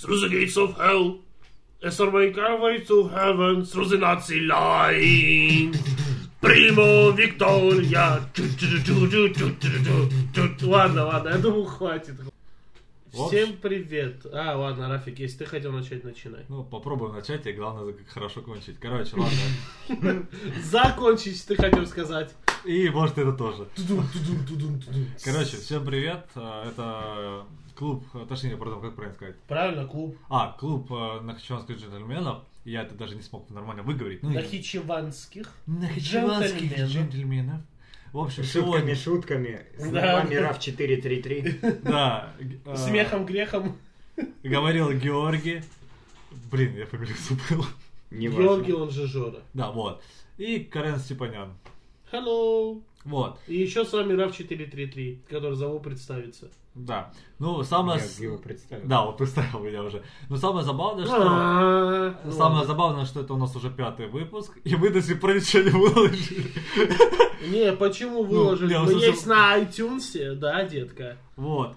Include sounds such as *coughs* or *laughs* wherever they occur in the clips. through the gates of hell, as I make our way to heaven through the Nazi line. Primo Виктория. Ладно, ладно, я думал, хватит. Вот. Всем привет. А, ладно, Рафик, если ты хотел начать, начинай. Ну, попробуем начать, и главное, как хорошо кончить. Короче, ладно. Закончить, ты хотел сказать. И может это тоже. Тудум, тудум, тудум, тудум. Короче, всем привет. А, Это клуб, а, точнее, потом, как правильно сказать? Правильно, клуб. А, клуб э, нахичеванских джентльменов. Я это даже не смог нормально выговорить. Ну, и- Нахичеванских. Нахичеванских джентльменов. джентльменов. В общем, Шутками, сегодня... шутками. С Да. вами РАФ 433. Да. г- э, Смехом, грехом. Говорил Георгий. Блин, я фамилию забыл. Неважно. Георгий, он же Жора. Да, вот. И Карен Степанян. Hello. Вот. И еще с вами Раф 433, который зову представиться. Да. Ну, самое... Я с- его представил. Да, вот представил меня уже. Но самое забавное, что... А, Ну, Ну, Самое забавное, что это у нас уже пятый выпуск, и мы до сих пор ничего не выложили. Не, почему Ну, выложили? не, Мы слушай- есть на iTunes, да, детка? Вот,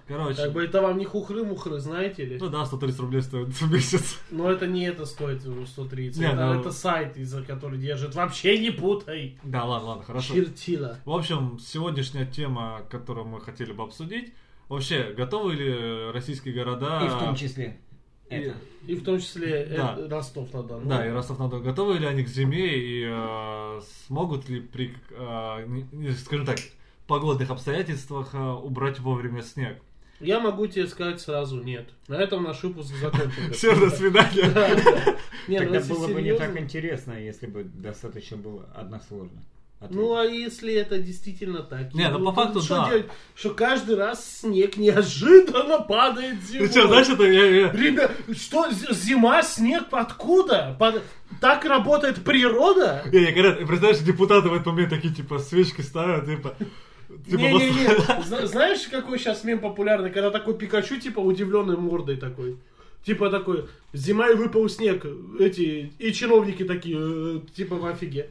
Как бы короче. это вам не хухры-мухры, знаете ли? Ну да, 130 рублей стоит в месяц. Но это не это стоит ну, 130. Не, это, ну- это сайт, из-за который держит. Вообще не путай. Да, ладно, ладно, хорошо. Чертила. В общем, сегодняшняя тема, которую мы хотели бы обсудить, вообще, готовы ли российские города... И в том числе. и- Это. Ну, И в том числе э, Да. Ростов на Дону. Да, и Ростов на Дону. Готовы ли они к зиме и э, смогут ли при, э, не- не- скажем так, погодных обстоятельствах э, убрать вовремя снег? Я могу тебе сказать сразу нет. На этом наш выпуск *laughs* закончен. Все, до свидания. Не, ну Тогда если было бы не так серьезно- интересно, если бы достаточно было односложно. ответить. Ну а если это действительно так? Не, ну, по факту, что да. делать? Что каждый раз снег неожиданно падает зимой. *laughs* Ты что, знаешь, это я- я- Ребят, что, з- зима, снег, откуда? Под- Так работает природа? я- я, говорят, представляешь, депутаты в этот момент такие, типа, свечки ставят, типа... типа, Не-не-не, вот- зна- знаешь, какой сейчас мем популярный, когда такой Пикачу, типа, удивленной мордой такой. Типа такой, зима и выпал снег, эти, и чиновники такие, э, типа, в офиге.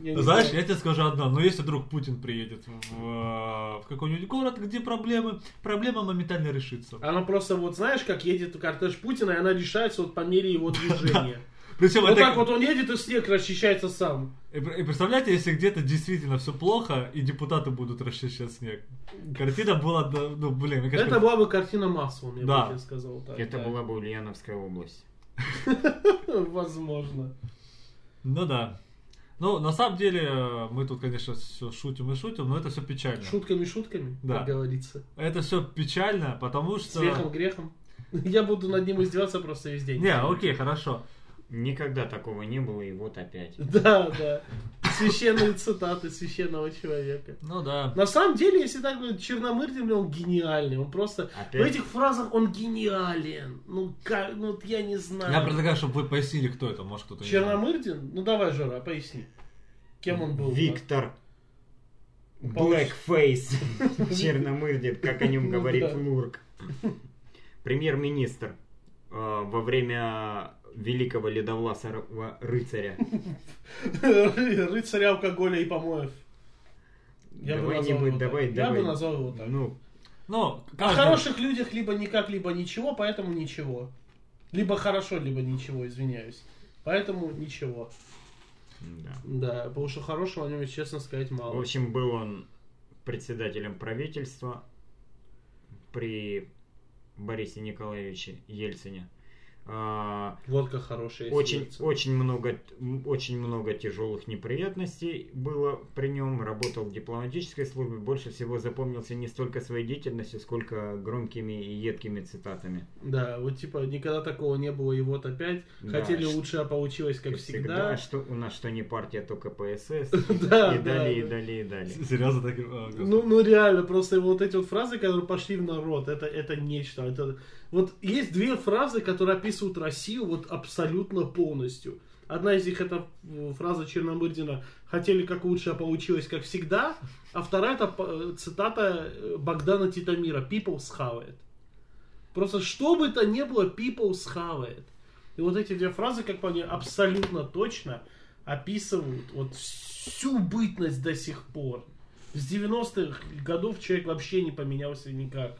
Я не *laughs* Знаешь, знаю. я тебе скажу одно, но если вдруг Путин приедет в, э, в какой-нибудь город, где проблемы, проблема моментально решится. Она просто вот, знаешь, как едет кортеж Путина, и она решается вот по мере его движения. Причем Вот это- так вот он едет, и снег расчищается сам. И пр- и представляете, если где-то действительно все плохо, и депутаты будут расчищать снег. Картина была, да, ну блин, мне кажется, Это была бы картина Маслом, я Да. бы тебе сказал так. Это Да. была бы Ульяновская область. *laughs* Возможно. ну да. Ну, на самом деле, э, мы тут, конечно, все шутим и шутим, но это все печально. Шутками-шутками, Да. как говорится. Это все печально, потому С что... грехом грехом. *laughs* Я буду над ним издеваться просто весь день. Не, окей, хорошо. Никогда такого не было, и вот опять. *laughs* Да, да. Священные цитаты священного человека. Ну да. На самом деле, если так говорить, Черномырдин, он гениальный. Он просто... В Опять. этих фразах он гениален. Ну, как... ну вот я не знаю. Я предлагаю, чтобы вы пояснили, кто это, может кто-то... не знает. Черномырдин? Ну давай, Жора, поясни. Кем он был? Виктор Получ- *laughs* Блэкфейс Черномырдин, как о нем Ну говорит да. Лурк. Премьер-министр э, во время великого ледовласого рыцаря. Ры- *laughs* Рыцарь алкоголя и помоев. Я бы Давай назвал не будь, его так. давай, Я давай. бы назвал его так. Ну, Ну, О каждый- хороших людях либо никак, либо ничего, поэтому ничего. Либо хорошо, либо ничего, извиняюсь. Поэтому ничего. да. Да, потому что хорошего о нем, если честно сказать, В мало. общем, был он председателем правительства при Борисе Николаевиче Ельцине. А, Водка хорошая. если Очень, верится. очень много, м, очень много тяжелых неприятностей было при нем. Работал в дипломатической службе. Больше всего запомнился не столько своей деятельностью, сколько громкими и едкими цитатами. Да, вот типа никогда такого не было, и вот опять. Да, Хотели что- лучше, а получилось, как всегда. что у нас что не партия, а то КПСС. *laughs* Да, И далее, и да. далее, и далее. С- Серьезно так... э, господи. Ну, ну реально, просто вот эти вот фразы, которые пошли в народ, это, это нечто. Это... Вот есть две фразы, которые описывают Россию вот абсолютно полностью. Одна из них это э, фраза Черномырдина «Хотели как лучше, а получилось как всегда», а вторая это э, цитата э, Богдана Титамира «People схавает». Просто что бы то ни было, people схавает. И вот эти две фразы, как по мне, абсолютно точно описывают вот всю бытность до сих пор. С 90-х годов человек вообще не поменялся никак.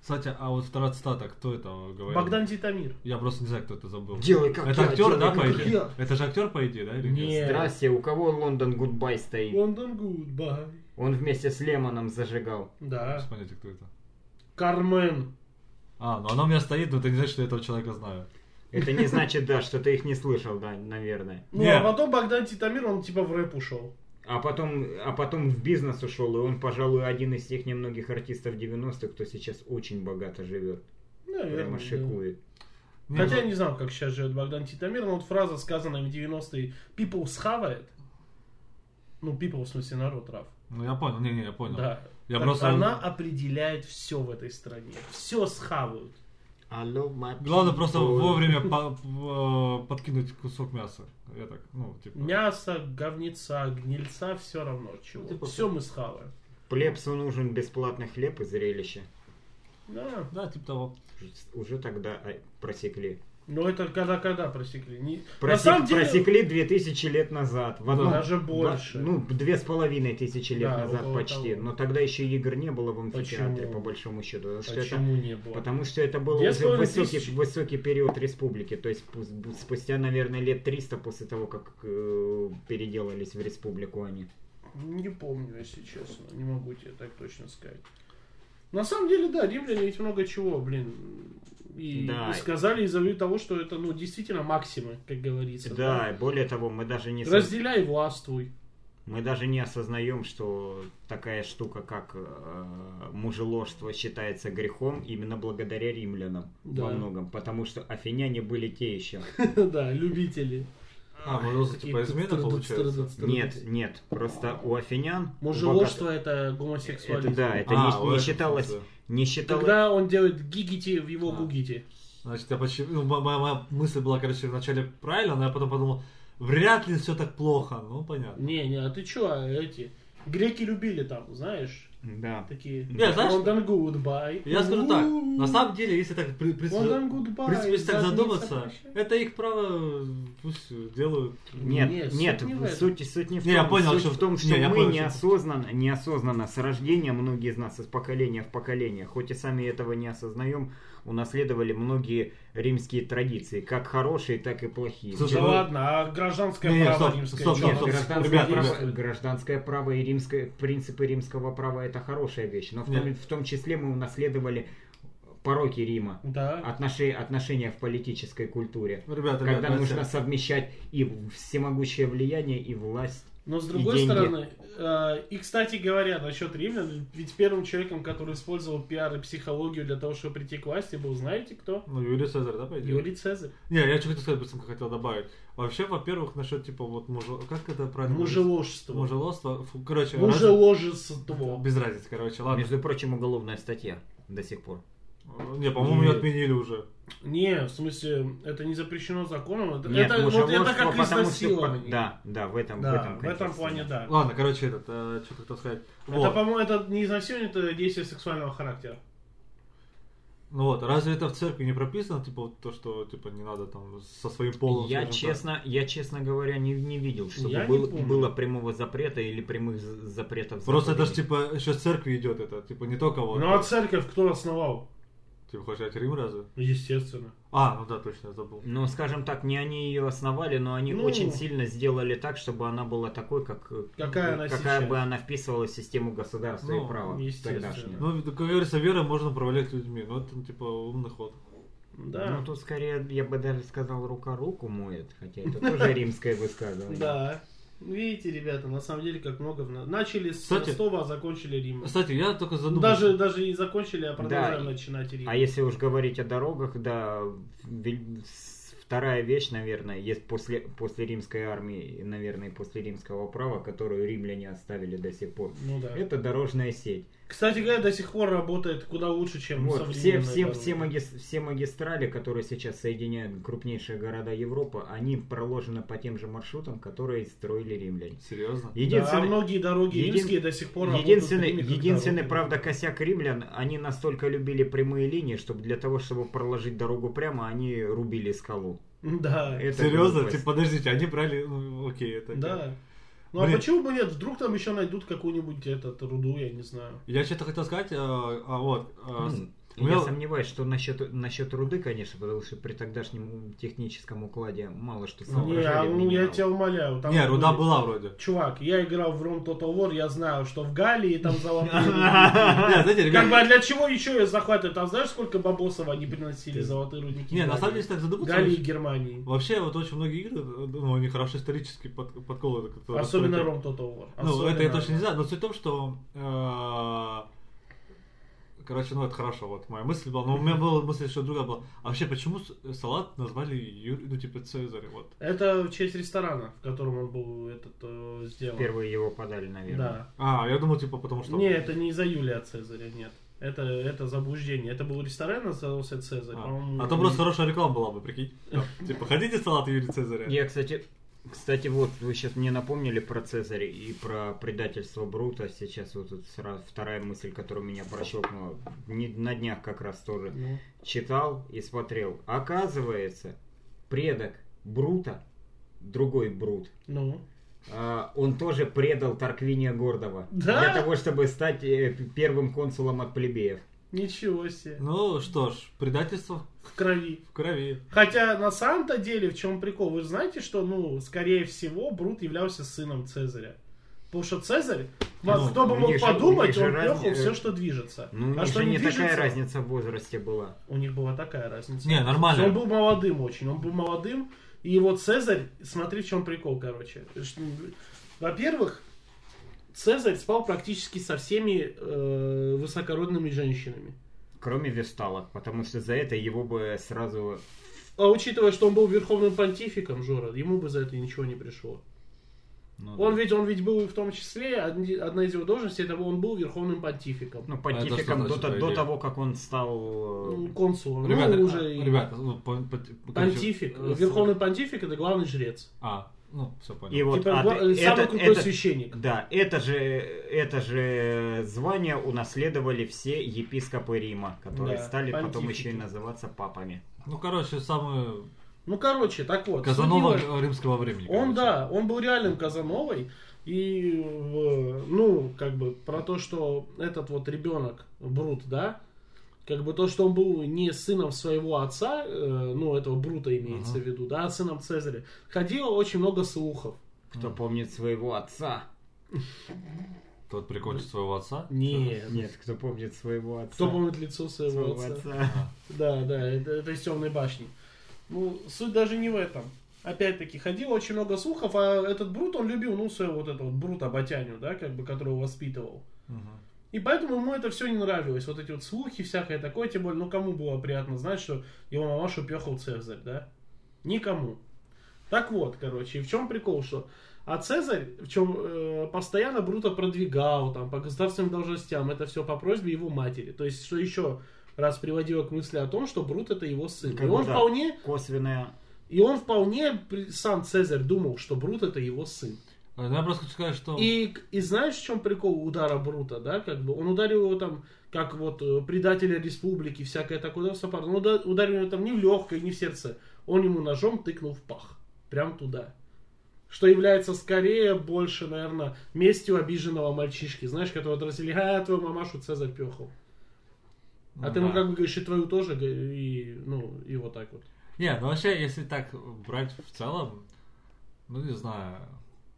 Кстати, а вот вторая цитата, кто это говорил? Богдан Титамир. Я просто не знаю, кто это забыл. Делай как это я, актер, делай да, как по идее? я. Это же актер, по идее, да? или Не. Здрасте, у кого Лондон Гудбай стоит? Лондон Гудбай. Он вместе с Лемоном зажигал. Без Да. понятия, кто это. Кармен. А, ну она у меня стоит, но ты не знаешь, что я этого человека знаю. Это *laughs* не значит, да, что ты их не слышал, да, наверное. Ну, Не. а потом Богдан Титамир, он типа в рэп ушел. А потом, а потом в бизнес ушел, и он, пожалуй, один из тех немногих артистов 90-х, кто сейчас очень богато живет. Наверное. Прямо да. шикует. Не, Хотя ну, я не знал, как сейчас живет Богдан Титамир, но вот фраза, сказанная в 90-е, people схавает. Ну, people, в смысле, народ, Раф. ну, я понял, не-не, я понял. Да. Я Так просто... Она определяет все в этой стране. Все схавают. I love my Главное просто people. вовремя по- в- э, подкинуть кусок мяса. Я так, ну, типа... Мясо, говнеца, гнильца, все равно чего. Ну, типа, все мы схаваем. Плебсу нужен бесплатный хлеб и зрелище. Да. Да, типа того. Уже тогда а, просекли. Но это когда-когда просекли. Не- На Просек- самом деле... Просекли две тысячи лет назад. В одном- Даже в- больше. ну, две с половиной тысячи лет Да, назад около почти. того. Но тогда еще игр не было в амфитеатре, Почему? по большому счету. Потому что это- Почему не было? Потому что это был Две с уже половиной высокий, тысячи. высокий период республики. То есть пус- бу- спустя, наверное, лет 300 после того, как э, переделались в республику они. Не помню, если честно. Не могу тебе так точно сказать. На самом деле, да, римляне ведь много чего, блин, и, Да. и сказали из-за того, что это, ну, действительно максимы, как говорится. Да, и более того, мы даже не, да. со- Разделяй, властвуй. мы даже не осознаем, что такая штука, как э, мужеложство, считается грехом именно благодаря римлянам во Да. многом. Потому что афиняне были те еще. *laughs* Да, любители. А, мы просто типа измена получается. Нет, нет, просто у афинян... у Мужеложство это богатых- Это гомосексуализм. да, это А, не, вот не это считалось... всё. Не считалось... Тогда он делает гигити в его А. гугите. Значит, я почти... ну, мо- моя, моя мысль была, короче, вначале правильно, но я потом подумал, вряд ли все так плохо, ну, понятно. Не, не, а ты чё, а эти? Греки любили там, знаешь, Да. такие... Не, знаешь- London goodbye. Я скажу так, на У-у-у. самом деле, если так при- при- London в goodbye. принципе, если так задница задуматься, прощай. это их право, э, пусть делают. Нет, Нет, нет, суть не в этом. суть, суть не в Не, том, я понял, суть что- в том, что не, я мы понял, что- неосознанно, неосознанно с рождения, многие из нас из поколения в поколение, хоть и сами этого не осознаем, унаследовали многие римские традиции, как хорошие, так и плохие. Слушай, Да ну- ладно, а гражданское Не-не, право стоп, римское? стоп, чё стоп, Нет, оно стоп, происходит? гражданское, ребят, право, ребят. гражданское право и римское, принципы римского права это хорошая вещь, но в том, Нет. в том числе мы унаследовали пороки Рима, Да. отноше- отношения в политической культуре, Ну, Ребята, ребята, когда нужно давайте. совмещать и всемогущее влияние, и власть. Но с и другой деньги. стороны, э, и, кстати говоря, насчет римлян, ведь первым человеком, который использовал пиар и психологию для того, чтобы прийти к власти, был, знаете кто? Ну, Юрий Цезарь, да, пойдет? Юрий Цезарь. Не, я что хотел сказать, быстренько хотел добавить. Вообще, во-первых, насчет, типа, вот, мужа... как это правильно? Мужеложство. Мужеложство. Фу, короче, раз- Мужеложество. Без разницы, короче, ладно. Между прочим, уголовная статья до сих пор. Э, Не, по-моему, ее Нет. отменили уже. Не, в смысле, это не запрещено законом. Это, это- мужеложство, вот это как ну, потому что по- изнасилование. Да, да, в этом, Да, в этом, в этом контексте. А, плане да. Ладно, короче, этот, что хотел сказать. Это, Вот. по-моему, это не изнасилование, это действие сексуального характера. Ну вот, разве это в церкви не прописано, типа, вот то, что, типа, не надо там со своим полом... Я скажем так? честно, я честно говоря не, не видел, чтобы Я не было, помню. было прямого запрета или прямых з- запретов. Просто это заповедей. ж, типа, еще с церкви идет это, типа, не только вот... Ну а церковь кто основал? Типа, хочешь сказать, Рим разве? Естественно. А, ну да, точно, я забыл. Ну, скажем так, не они ее основали, но они Ну. очень сильно сделали так, чтобы она была такой, как э, Какая она какая сейчас. бы она вписывалась в систему государства Ну, и права естественно. тогдашнего. Ну, как говорится, верой можно управлять людьми, ну, это, типа, умный ход. Да. Ну, тут скорее, я бы даже сказал, рука руку моет, хотя это *laughs* тоже римское высказывание. Да. Видите, ребята, на самом деле, как много... в на- Начали с Кстати- Ростова, а закончили Рим. Кстати, я только задумался... Даже, даже и закончили, а продолжаем Да, и- начинать Рим. А если уж говорить о дорогах, да, ве- с- вторая вещь, наверное, есть после, после римской армии, и, наверное, после римского права, которую римляне оставили до сих пор. Ну да. Это дорожная сеть. Кстати говоря, до сих пор работает куда лучше, чем Вот, все, современная все, дорога. все, магис- все магистрали, которые сейчас соединяют крупнейшие города Европы, они проложены по тем же маршрутам, которые строили римляне. Да, Серьезно? а Единственное- многие дороги един- римские до сих пор работают Единственный, такими, как единственный, дороги. правда, косяк римлян, они настолько любили прямые линии, чтобы для того, чтобы проложить дорогу прямо, они рубили скалу. Да, Это Серьезно? глупость. Типа, подождите, они брали... Ну, окей, это... да. Ну а Блин. почему бы нет? Вдруг там еще найдут какую-нибудь этот руду, я не знаю. Я что-то хотел сказать, а, а вот... а, с- М, меня- Ну, Я сомневаюсь, что насчет, насчет руды, конечно, потому что при тогдашнем техническом укладе мало что Не, соображали. а, в ну я минералах. тебя умоляю. Там Не, руда были- была вроде. *laughs* Чувак, я играл в Ром Total War, я знаю, что в Галлии там *laughs* золотые рудники. Не, знаете, Как бы, ребят, а для чего еще ее захватывают? Там знаешь, сколько бабосов они приносили золотые рудники? не, в на самом Галлии? деле, если так задуматься, Галлии и вообще- Германии. вообще вот очень многие игры, ну, они хорошо исторически под- подколы. которые Особенно стоят. Ром Total War. Ну, это я Особенно- точно не знаю, но суть в том, что... э, Короче, ну это хорошо, вот моя мысль была. Но у меня была мысль еще другая была. А вообще, почему с- салат назвали Юрий, ну типа Цезарь, вот. Это в честь ресторана, в котором он был этот э, сделан. Впервые его подали, наверное. Да. А, я думал, типа, потому что... Не, это не из-за Юлия Цезаря, нет. Это, это заблуждение. Это был ресторан, назывался Цезарь. А, по-моему. а то просто хорошая реклама была бы, прикинь. *laughs* Там, Типа, хотите салат Юрия Цезаря? Я, кстати, кстати, вот вы сейчас мне напомнили про Цезаря и про предательство Брута. Сейчас вот тут сразу вторая мысль, которая меня прощелкнула. Не- На днях как раз тоже Ну. читал и смотрел. Оказывается, предок Брута, другой Брут, Ну. а, он тоже предал Тарквиния Гордова. Да? Для того, чтобы стать э, п- первым консулом от плебеев. Ничего себе. Ну что ж, предательство В крови. в крови. Хотя на самом-то деле в чем прикол? Вы же знаете, что, ну, скорее всего, Брут являлся сыном Цезаря. Потому что Цезарь, Ну, кто бы у мог них же- у подумать, них же он разни- трёхал все, что движется. Ну, у а них что же не не такая движется, разница в возрасте была. у них была такая разница. Не, А, нормально. Он был молодым очень, он был молодым. И вот Цезарь, смотри, в чем прикол, короче. Ш- Во-первых, Цезарь спал практически со всеми э, высокородными женщинами. Кроме Весталок, потому что за это его бы сразу... А учитывая, что он был верховным понтификом, Жора, ему бы за это ничего не пришло. ну, Он да. ведь, он ведь был в том числе, одни- одна из его должностей, это он был верховным понтификом, Ну, А понтификом это что до, значит, то- до по того, как он стал... Ну, э, консулом. Ну, Ребята, уже и- а, ребята, ну, по- по- по- понтифик. короче, э, Верховный понтифик это главный жрец. А, ну, все понял. И вот, типа, а гла- ты- э, самый это- крутой это- священник. Да, это же, это же звание унаследовали все епископы Рима, которые Да, стали потом понтифики. еще и называться папами. Ну, короче, самый Ну, короче, так вот. Казанова судила- римского времени. Он, короче. да, он был реальным Казановой. И, э, ну, как бы, про то, что этот вот ребенок, Брут, да, как бы то, что он был не сыном своего отца, э, ну, этого Брута имеется Ага. в виду, да, а сыном Цезаря, ходило очень много слухов. Кто Мгм. помнит своего отца? Тот прикончит своего отца? Нет. Нет, кто помнит своего отца? ну, Кто помнит лицо своего своего отца? отца? Да, да, это, это из темной башни. Ну, суть даже не в этом. Опять-таки, ходило очень много слухов, а этот Брут, он любил, ну, своего вот этого вот Брута Батяню, да, как бы, которого воспитывал. Мгм. И поэтому ему это все не нравилось. Вот эти вот слухи, всякое такое, тем более, ну кому было приятно знать, что его мамашу пехал Цезарь, да? Никому. Так вот, короче, и в чем прикол, что а Цезарь, в чем постоянно Брута продвигал там по государственным должностям, это все по просьбе его матери. То есть, что еще раз приводило к мысли о том, что Брут это его сын. Ну, Как и бы он да. вполне, Косвенная. и он вполне при- сам Цезарь думал, что Брут это его сын. А, ну, Я просто хочу сказать, что... И, и знаешь, в чем прикол удара Брута, да, как бы, он ударил его там, как вот э, предателя республики, всякое такое, да, сапар. он уда- ударил его там не в легкое, не в сердце, он ему ножом тыкнул в пах, прям туда. Что является скорее больше, наверное, местью обиженного мальчишки, знаешь, которого отразили, а, твою мамашу Цезарь пехал. А ты ему ну Да. как бы говоришь, и твою тоже, г- и, ну, и вот так вот. Не, ну вообще, если так брать в целом, ну не знаю,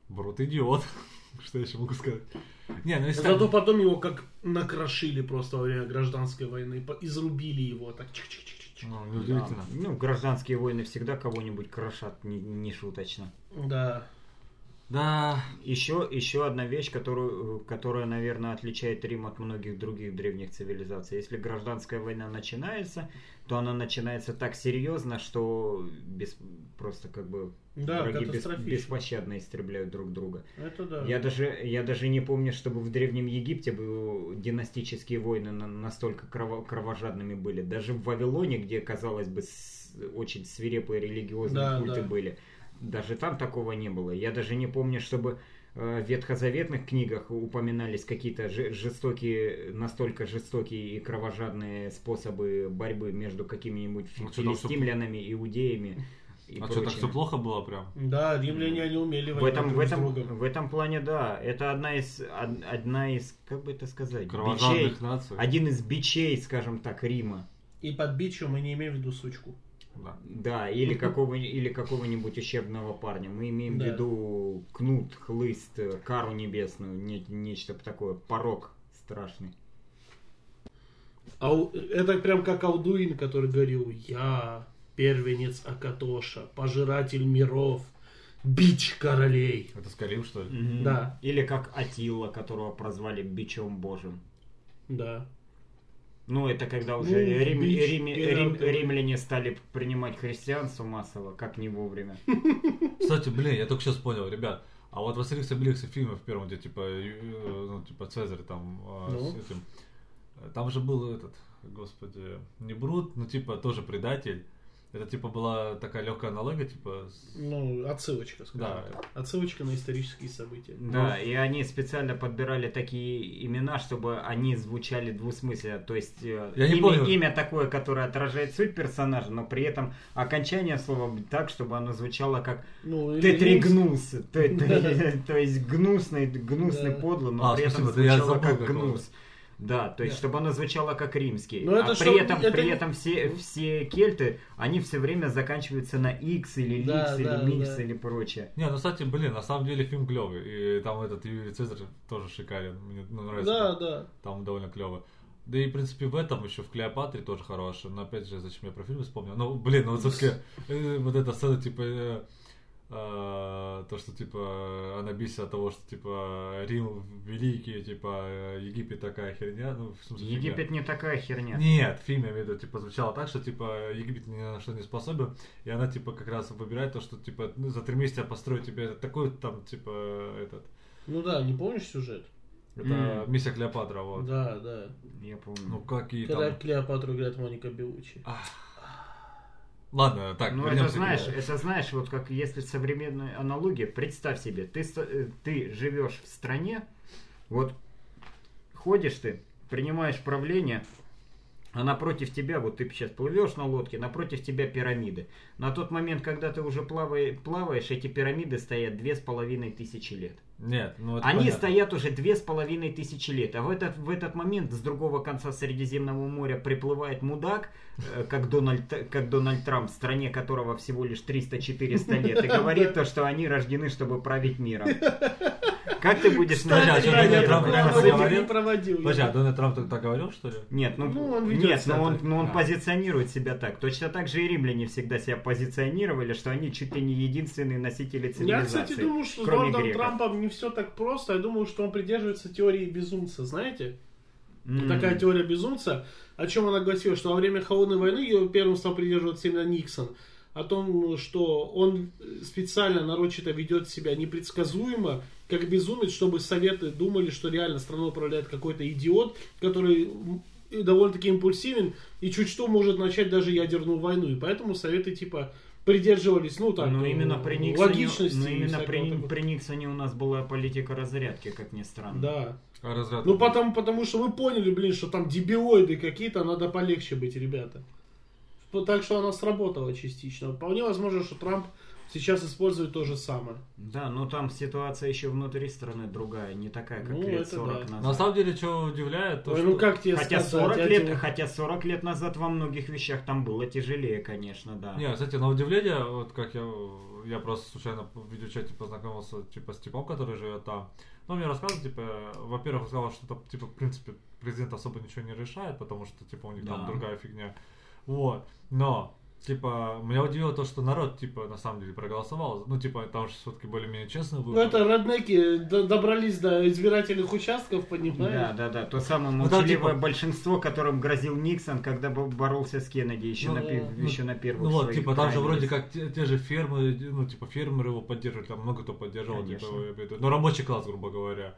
Брут идиот. *laughs* Что я еще могу сказать? Не, ну если так- Зато потом его как накрошили просто во время гражданской войны, по- изрубили его, так чик-чик-чик-чик. Ну, неудивительно. Да. Ну, гражданские войны всегда кого-нибудь крошат, не, не шуточно. Да. Да. Еще, еще одна вещь, которую, э, которая, наверное, отличает Рим от многих других древних цивилизаций. Если гражданская война начинается, то она начинается так серьезно, что без, просто как бы Да, враги бес- катастрофично. беспощадно истребляют друг друга. Это да. Я даже, я даже не помню, чтобы в Древнем Египте был- династические войны на- настолько крово- кровожадными были. Даже в Вавилоне, где, казалось бы, с- очень свирепые религиозные Да, да. культы были, даже там такого не было. Я даже не помню, чтобы э, в ветхозаветных книгах упоминались какие-то же- жестокие, настолько жестокие и кровожадные способы борьбы между какими-нибудь Ну, что там всё- филистимлянами, иудеями и а что, так прочее. все плохо было прям? Да, римляне они умели В этом, воевать в, друг с этом, другом. в этом плане, да, это одна из, од- одна из, как бы это сказать, бичей, Кровожадных наций. А- один из бичей, скажем так, Рима. И под бичем мы не имеем в виду сучку. Да. Да, или какого или какого-нибудь ущербного парня. Мы имеем Ну, Да. в виду кнут, хлыст, э, кару небесную, не- нечто такое, порог страшный. Ау- А Это прям как Алдуин, который говорил, я первенец Акатоша, пожиратель миров, бич королей. Это Скарим, что ли? Да. Или как Атила, которого прозвали бичом божьим. Да. Ну, это когда Ну, уже рим- бич, рим- э, рим- да. римляне стали принимать христианство массово, как не вовремя. Кстати, блин, я только сейчас понял, ребят. А вот в Астерикс и Обеликсе фильме в первом, где типа, э, ну, типа Цезарь там э, Ну. с этим. э, Там же был этот, господи, не Брут, но типа тоже предатель. Это типа была такая легкая аналогия, типа... с- Ну, отсылочка, скажем Да. так. Отсылочка на исторические события. Да, Ну. и они специально подбирали такие имена, чтобы они звучали двусмысленно. То есть э, Я не имя, понял. имя такое, которое отражает суть персонажа, но при этом окончание слова так, чтобы оно звучало как Ну, «ты или- тригнулся». То, то- Да. *laughs* то есть гнусный, гнусный Да. подло, но А, при этом спасибо, да я звучало забыл как как он. гнус. Да, то есть, Да. чтобы оно звучало как римский. Но это а при чтоб- этом, это при не- этом все, все кельты, они все время заканчиваются на X или Ликс, Да, или да, Микс, да. или прочее. Не, ну, кстати, блин, на самом деле фильм клевый. И там этот Юрий Цезарь тоже шикарен. Мне ну, нравится. Да, как да. Там довольно клево. Да и, в принципе, в этом еще в Клеопатре тоже хороший. Но опять же, зачем я про фильм вспомнил? Ну, блин, ну вот все-таки вот эта сцена, типа, э, э, то, что, типа, она бесит от того, что, типа, Рим великий, типа, э, Египет такая херня. Ну, в смысле, фигня. Египет не такая херня. Нет, в фильме, я имею в виду, типа, звучало так, что, типа, Египет ни на что не способен, и она, типа, как раз выбирает то, что, типа, ну, за три месяца я построю тебе этот такой, там, типа, этот, Ну да, не помнишь сюжет? это М. миссия Клеопатра, вот. Да, да. Я помню. Ну, как и Когда там... Клеопатру играет Моника Белучи. Ах. Ладно, так, ну, это вернемся к знаешь, нему. это знаешь, вот как если современная аналогия, представь себе, ты, ста- э, ты живешь в стране, вот ходишь ты, принимаешь правление, а напротив тебя, вот ты сейчас плывешь на лодке, напротив тебя пирамиды. На тот момент, когда ты уже плавай- плаваешь, эти пирамиды стоят две с половиной тысячи лет. Нет, ну это Они понятно. стоят уже две с половиной тысячи лет, а в этот, в этот момент с другого конца Средиземного моря приплывает мудак, э, как Дональд, Т- как Дональд Трамп, в стране которого всего лишь 300-400 лет, и говорит то, что они рождены, чтобы править миром. Как ты будешь Кстати, на а это что я Дональд реагировать? Трамп такого прямо аналогии говорил? не проводил. Подожди, а Дональд Трамп тогда говорил, что ли? Нет, ну, Ну, он ведет нет, себя но он, так. но он А. позиционирует себя так. Точно так же и римляне всегда себя позиционировали, что они чуть ли не единственные носители Я, цивилизации. кстати, думаю, что с кроме Дональдом греков. Трампом не все так просто. Я думаю, что он придерживается теории безумца, знаете? М. Такая теория безумца, о чем она гласила, что во время холодной войны ее первым стал придерживаться именно Никсон. О том, что он специально нарочито ведет себя непредсказуемо, как безумец, чтобы советы думали, что реально страной управляет какой-то идиот, который м, и довольно-таки импульсивен и чуть что может начать даже ядерную войну. И поэтому советы типа придерживались, ну так, но э, именно при Никсоне, логичности. но и именно всякого при, такого. при Никсоне у нас была политика разрядки, как ни странно. Да. А разряд? Ну потому, потому что вы поняли, блин, что там дебилоиды какие-то, надо полегче быть, ребята. Ну, Так что она сработала частично. Вполне возможно, что Трамп сейчас использует то же самое. Да, но там ситуация еще внутри страны другая, не такая, как Ну, лет это 40 да. назад. На самом деле, что удивляет, то, Ой, что... ну как тебе хотя, сказать, 40 я лет, тебе- хотя 40 лет назад во многих вещах там было тяжелее, конечно, да. Не, кстати, на удивление, вот как я, я просто случайно в видеочате познакомился, типа, с типом, который живет там. Ну, он мне рассказывал, типа, во-первых, сказал, что, там, типа, в принципе, президент особо ничего не решает, потому что, типа, у них там Да. другая фигня. Вот. Но, типа, меня удивило то, что народ, типа, на самом деле проголосовал. Ну, типа, там же все-таки более-менее честные Ну выборы. это роднеки д- добрались до избирательных участков, Да, понимаешь? да, да. То самое Ну, там, молчаливое типа- большинство, которым грозил Никсон, когда бо- боролся с Кеннеди еще, Ну, на, пи- да. еще на первых Ну вот, своих типа, там же крайних. вроде как те, те же фермы, ну, типа, фермеры его поддерживали, там много кто поддерживал, типа, Конечно. я имею в виду. ну, рабочий класс, грубо говоря.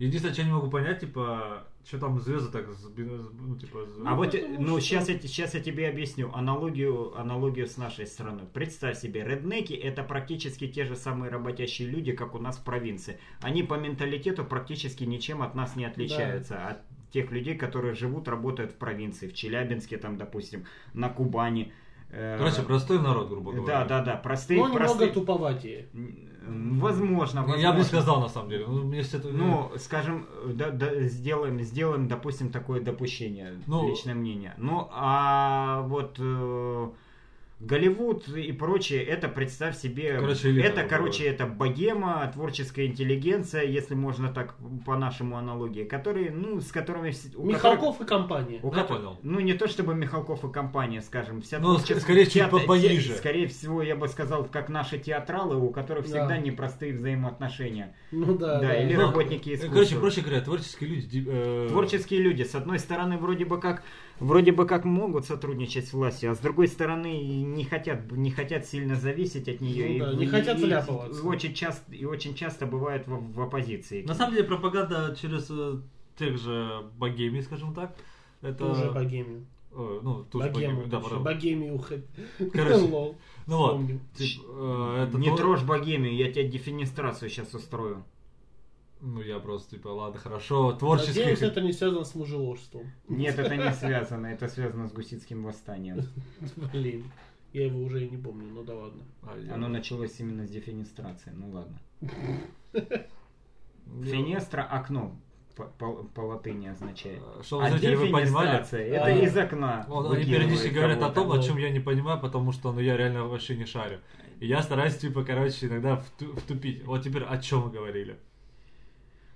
Единственное, что я не могу понять, типа, что там звезды так, сби- ну, типа... з- А Ну, вот, потому ну, что- сейчас, я, сейчас я тебе объясню аналогию, аналогию с нашей страной. Представь себе, реднеки это практически те же самые работящие люди, как у нас в провинции. Они по менталитету практически ничем от нас не отличаются, а от тех людей, которые живут, работают в провинции, в Челябинске, там, допустим, на Кубани. э, э, Короче, простой народ, грубо Да, говоря. да, да, простые, Но немного простые- туповатее. М, Возможно, Ну, возможно. Я бы сказал, на самом деле. Ну, мне все это... Ну, скажем, э, да- да, сделаем, сделаем, допустим, такое допущение, Ну. личное мнение. Ну, а вот э, Голливуд и прочее, это представь себе, Короче, элита, это, вот короче, это богема, творческая интеллигенция, если можно так по нашему аналогии, которые, ну, с которыми вс- у Михалков и компания. которых- у Я кото- понял. Ну, не то чтобы Михалков и компания, скажем, вся Ну, творческая- скорее, чуть вся- вся- попониже. Скорее всего, я бы сказал, как наши театралы, у которых Да. всегда непростые взаимоотношения. Ну да, Да, да. или Ну, работники э, искусства. Короче, проще говоря, творческие люди. ди- э, Творческие люди, с одной стороны, вроде бы как, вроде бы как могут сотрудничать с властью, а с другой стороны и не хотят, не хотят сильно зависеть от нее. Ну и, да, не и- хотят и- вляпываться. и очень часто и очень часто бывают в, в оппозиции. На самом деле пропаганда через э, тех же богемий, скажем так. Это Тоже богемию. э, ну, ту же Богему. богемию, да, точно. правда. Богемию хоть. Короче, Лол. Ну вот. Вспомнил. тип, э, это не то- трожь богемию, я тебе дефинистрацию сейчас устрою. Ну я просто типа, ладно, хорошо, творческих. Надеюсь, это не связано с мужеложством. Нет, это не связано, это связано с гуситским восстанием. *laughs* Блин. Я его уже и не помню, ну да ладно. А, я- Оно началось именно с дефинистрации, ну ладно. Ну, Фенестра окно по, по- по латыни означает. э, Чтобы зрители вы понимали. дефенестрация А. это из окна. Вот Они выкидывает периодически говорят о кого-то. том, о ну. чем я не понимаю, потому что ну, я реально вообще не шарю. И я стараюсь, типа, короче, иногда вту- втупить. Вот теперь о чем мы говорили.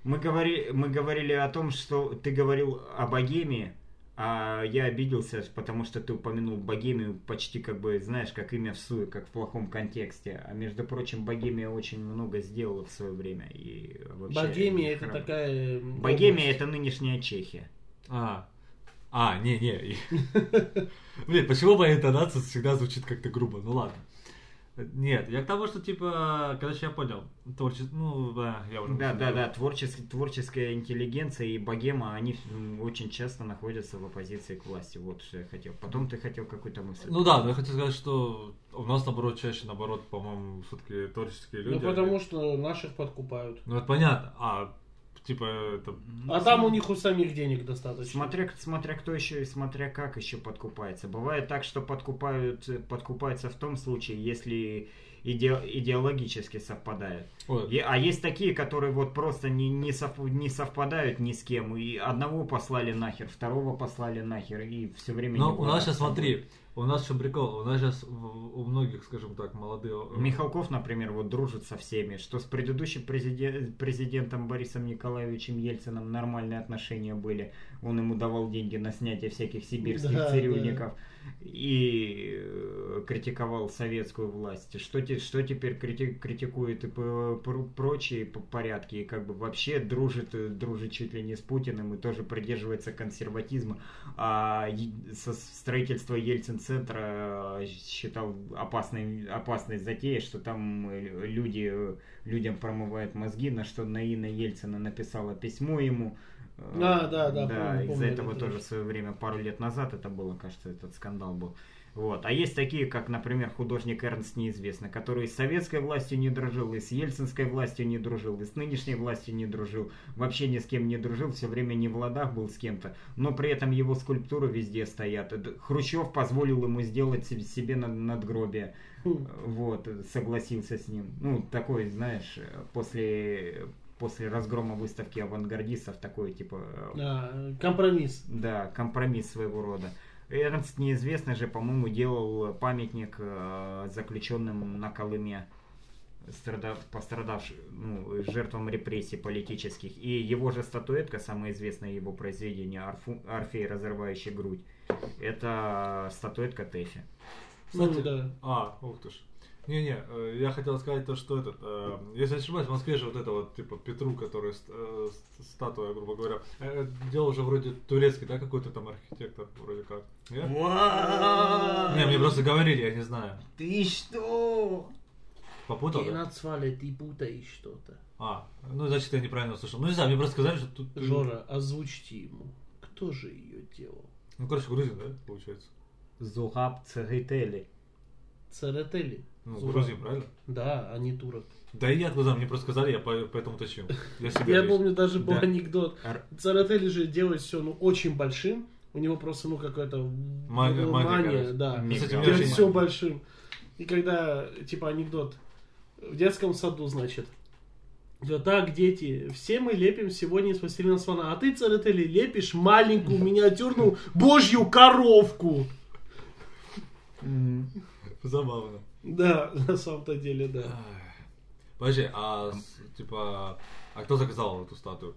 Мы, говори, мы говорили о том, что ты говорил о богемии, а я обиделся, потому что ты упомянул богемию почти как бы, знаешь, как имя в суе, как в плохом контексте. А между прочим, богемия очень много сделала в свое время. И вообще Богемия это храм. такая... э, ну, м, Богемия область. это нынешняя Чехия. А. А, не, не. *laughs* Блин, почему моя интонация всегда звучит как-то грубо? Ну ладно. Нет, я к тому, что типа, короче, я понял. Творчество, ну, да, я уже... Да, да, да, творческий, творческая интеллигенция и богема, они м, очень часто находятся в оппозиции к власти. Вот что я хотел. Потом ты хотел какую-то мысль. Ну да, но я хочу сказать, что у нас, наоборот, чаще, наоборот, по-моему, все-таки творческие люди. Ну потому что наших подкупают. Ну это понятно, а типа это... А там у них у самих денег достаточно. Смотря, смотря кто еще и смотря как еще подкупается. Бывает так, что подкупают, подкупаются в том случае, если иде- идеологически совпадают. Ой, И- а есть такие, которые вот просто не, не, сов- не совпадают ни с кем. И одного послали нахер, второго послали нахер, и все время... Но не Ну, у нас владят сейчас, собой. смотри, у нас еще прикол, у нас сейчас у многих, скажем так, э, молодых... Михалков, например, вот дружит со всеми, что с предыдущим президен- президентом Борисом Николаевичем Ельцином нормальные отношения были. Он ему давал деньги на снятие всяких сибирских Да, цирюльников и э, критиковал советскую власть. Что, те- что теперь крити- критикует и п- пр- прочие п- порядки, и как бы вообще дружит, э, дружит чуть ли не с Путиным и тоже придерживается консерватизма а е- со- строительство Ельцин-центра э, считал опасной, опасной затеей, что там э, люди, э, людям промывают мозги, на что Наина Ельцина написала письмо ему. Э, Да, да, да, Да, помню, из-за помню этого это тоже тоже. в свое время, пару лет назад это было, кажется, этот скандал был. Вот. А есть такие, как, например, художник Эрнст Неизвестно, который и с советской властью не дружил, и с ельцинской властью не дружил, и с нынешней властью не дружил, вообще ни с кем не дружил, все время не в ладах был с кем-то, но при этом его скульптуры везде стоят. Это Хрущев позволил ему сделать себе- себе над- надгробие, *laughs* Хм. вот, согласился с ним. Ну, такой, знаешь, после, после разгрома выставки авангардистов, такой, типа, э, Да, компромисс. да, компромисс своего рода. Эрнст неизвестно же, по-моему, делал памятник э, заключенным на Колыме страда- пострадавш- ну, жертвам репрессий политических. И его же статуэтка, самое известное его произведение «Арфу- «Орфей, разрывающий грудь», это статуэтка Тэфи. Ну да. А, ух ты ж. Не-не, э, я хотел сказать то, что этот, э, если не ошибаюсь, в Москве же вот это вот, типа, Петру, который ст- э, с- статуя, грубо говоря, э, э, делал уже вроде турецкий, да, какой-то там архитектор, вроде как. Нет? Не, мне просто говорили, я не знаю. Ты что? Попутал, да? Кинацвали, ты путаешь что-то. А, ну, значит, я неправильно услышал. Ну, не знаю, мне просто сказали, что тут... Жора, озвучьте ему. Кто же ее делал? Ну, короче, грузин, да, получается? Зухаб Цагайтели. Церетели? Ну, Зураб. грузин, правильно? Да, а не турок. Да и я откуда, мне просто сказали, я по- поэтому уточнил. Я себя Я лишь. помню даже был Да. анекдот. Церетели же делают все ну очень большим, У него просто, ну, какая-то Мага- ну, магия, мания, короче. да. Мега. Кстати, у меня Я очень- все большим. И когда, типа, анекдот. В детском саду, значит. Да так, дети, все мы лепим сегодня из пластилина слона. А ты, царители, лепишь *laughs* маленькую миниатюрную божью коровку. Забавно. Да, на самом-то деле, да. Подожди, а с- типа, а кто заказал эту статую?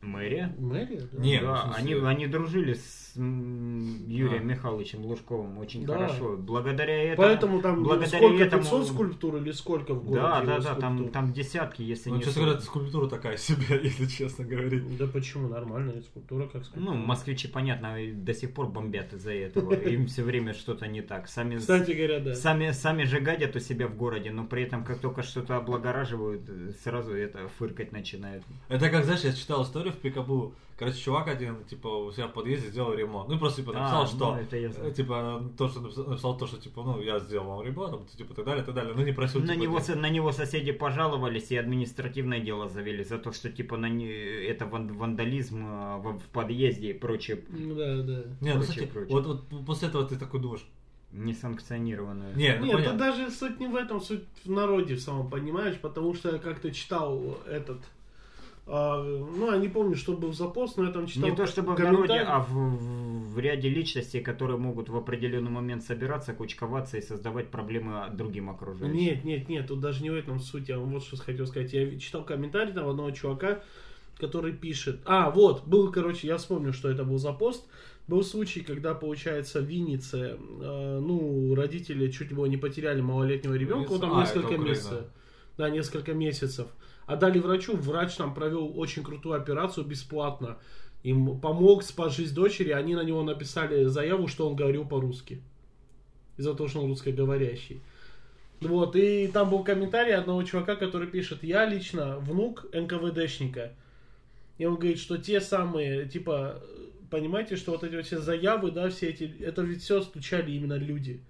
Мэрия? Мэрия? да? Не, да, ну, в они, смысле- они дружили с м, Юрием А. Михайловичем Лужковым очень Да. хорошо. Благодаря этому... Поэтому там благодаря сколько, этому- 500 скульптур или сколько в городе? Да, да, его да, там, скульптур? там десятки, если Ну, не... честно сотни. говоря, скульптура такая себе, *laughs* если честно говорить. Да почему? Нормальная скульптура, как скульптура. Ну, москвичи, понятно, и до сих пор бомбят *laughs* из-за этого. Им все время что-то не так. Сами, Кстати говоря, да. сами, сами же гадят у себя в городе, но при этом, как только что-то облагораживают, э, сразу это фыркать начинают. Это как, знаешь, я читал историю в Пикабу. Короче, чувак один, типа, у себя в подъезде сделал ремонт. Ну, и просто, типа, написал, А, что... ну, это я знаю. э, Типа, то, что написал, написал то, что, типа, ну, я сделал вам ремонт, там, типа, так далее, так далее. Ну, не просил, На типа, него, дел- со- на него соседи пожаловались и административное дело завели за то, что типа на не- это ван- вандализм э, в, в подъезде и прочее Ну Да, да. Не, ну, Прочее, кстати, прочее. вот, вот после этого ты такой думаешь. несанкционированное. Не, ну, Нет, это понятно. даже суть не в этом, суть в народе в самом, понимаешь? Потому что я как-то читал этот... а, ну, я не помню, что был за пост, но я там читал Не то чтобы в комментарий. народе, а в, в- в ряде личностей, которые могут в определенный момент собираться, кучковаться и создавать проблемы другим окружающим. Нет, нет, нет, тут даже не в этом суть, а вот что хотел сказать. Я читал комментарий там одного чувака, который пишет... А, вот, был, короче, я вспомнил, что это был за пост. Был случай, когда, получается, в Виннице, э, ну, родители чуть его не потеряли малолетнего ребенка, Винница? там А, это несколько Украина. месяцев. Да, несколько месяцев. Отдали врачу, врач там провел очень крутую операцию бесплатно. Им помог спас жизнь дочери, они на него написали заяву, что он говорил по-русски. Из-за того, что он русскоговорящий. Ну Вот, и там был комментарий одного чувака, который пишет, я лично внук НКВДшника. И он говорит, что те самые, типа, э, понимаете, что вот эти вот все заявы, да, все эти, это ведь все стучали именно люди.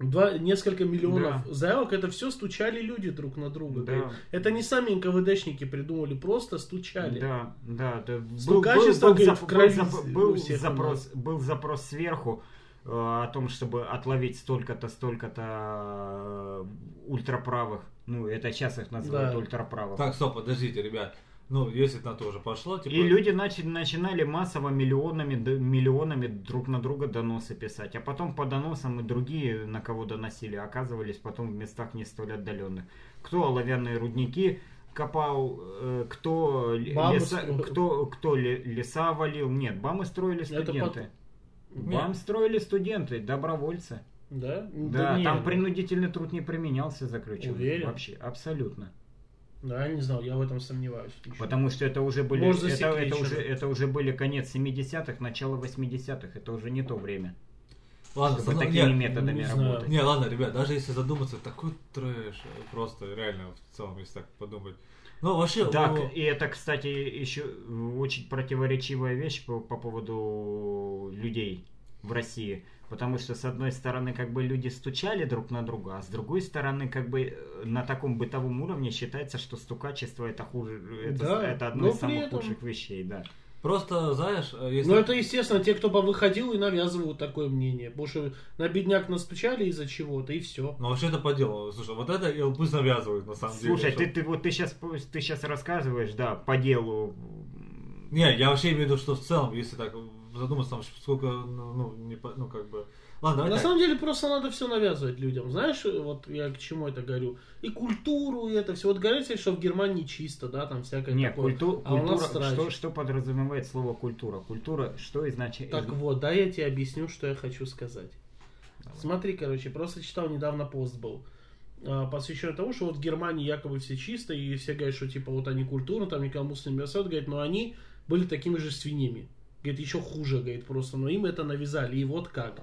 Два, несколько миллионов заявок, это все стучали люди друг на друга. Да. говорит. Это не сами НКВДшники придумали, просто стучали. Да, да, да. Был- Стукачество, говорит, зап- в крови зап- у был всех запрос, был запрос сверху э, о том, чтобы отловить столько-то, столько-то э, ультраправых. Ну, это сейчас их называют Да. ультраправых. Так, стоп, подождите, ребят. Ну, если на то уже пошло, типа... И люди начали, начинали массово миллионами, д- миллионами друг на друга доносы писать. А потом по доносам и другие, на кого доносили, оказывались потом в местах не столь отдаленных. Кто оловянные рудники копал, э, кто, л- Бамы леса, строил. кто, кто ле- леса валил. Нет, бамы строили Это студенты. потом. Бам строили студенты, добровольцы. Да? Да, не, там ну, принудительный труд не применялся заключенным. Уверен? Вообще, абсолютно. Да, я не знал, я в этом сомневаюсь. еще. Потому что это уже были Может, это, засекли это еще уже раз. это уже были конец 70-х, начало 80-х. Это уже не то время. Ладно, чтобы со- такими нет, методами не знаю. работать. Не, ладно, ребят, даже если задуматься, такой трэш, э, просто реально в целом, если так подумать. Ну, вообще, Так, у- и это, кстати, еще очень противоречивая вещь по, по поводу людей в России. Потому что, с одной стороны, как бы люди стучали друг на друга, а с другой стороны, как бы э, на таком бытовом уровне считается, что стукачество это хуже, э, это, Да, это одно но из при самых этом- худших вещей, да. просто, знаешь, э, если... Ну, это, естественно, те, кто повыходил и навязывают такое мнение. Потому что на бедняк настучали из-за чего-то, и все. Ну, вообще это по делу. Слушай, вот это и пусть навязывают, на самом Слушай, деле. ты, что- ты вот ты сейчас ты сейчас рассказываешь, да, по делу. Не, я вообще имею в виду, что в целом, если так задуматься, там, сколько, ну, ну, не по- ну, как бы... Ладно, давай А на так. самом деле просто надо все навязывать людям. Знаешь, вот я к чему это говорю? И культуру, и это все. Вот говорят, что в Германии чисто, да, там всякое Не, такое. культу- а у культура. нас страсть. Что, что подразумевает слово культура? Культура, что изначально. Так вот, да, я тебе объясню, что я хочу сказать. Давай. Смотри, короче, просто читал недавно пост был, а, посвященный тому, что вот в Германии якобы все чисто, и все говорят, что типа вот они культурно, там никому с ними осад, говорит, но они были такими же свиньями. Говорит, еще хуже, говорит, просто, но им это навязали, и вот как.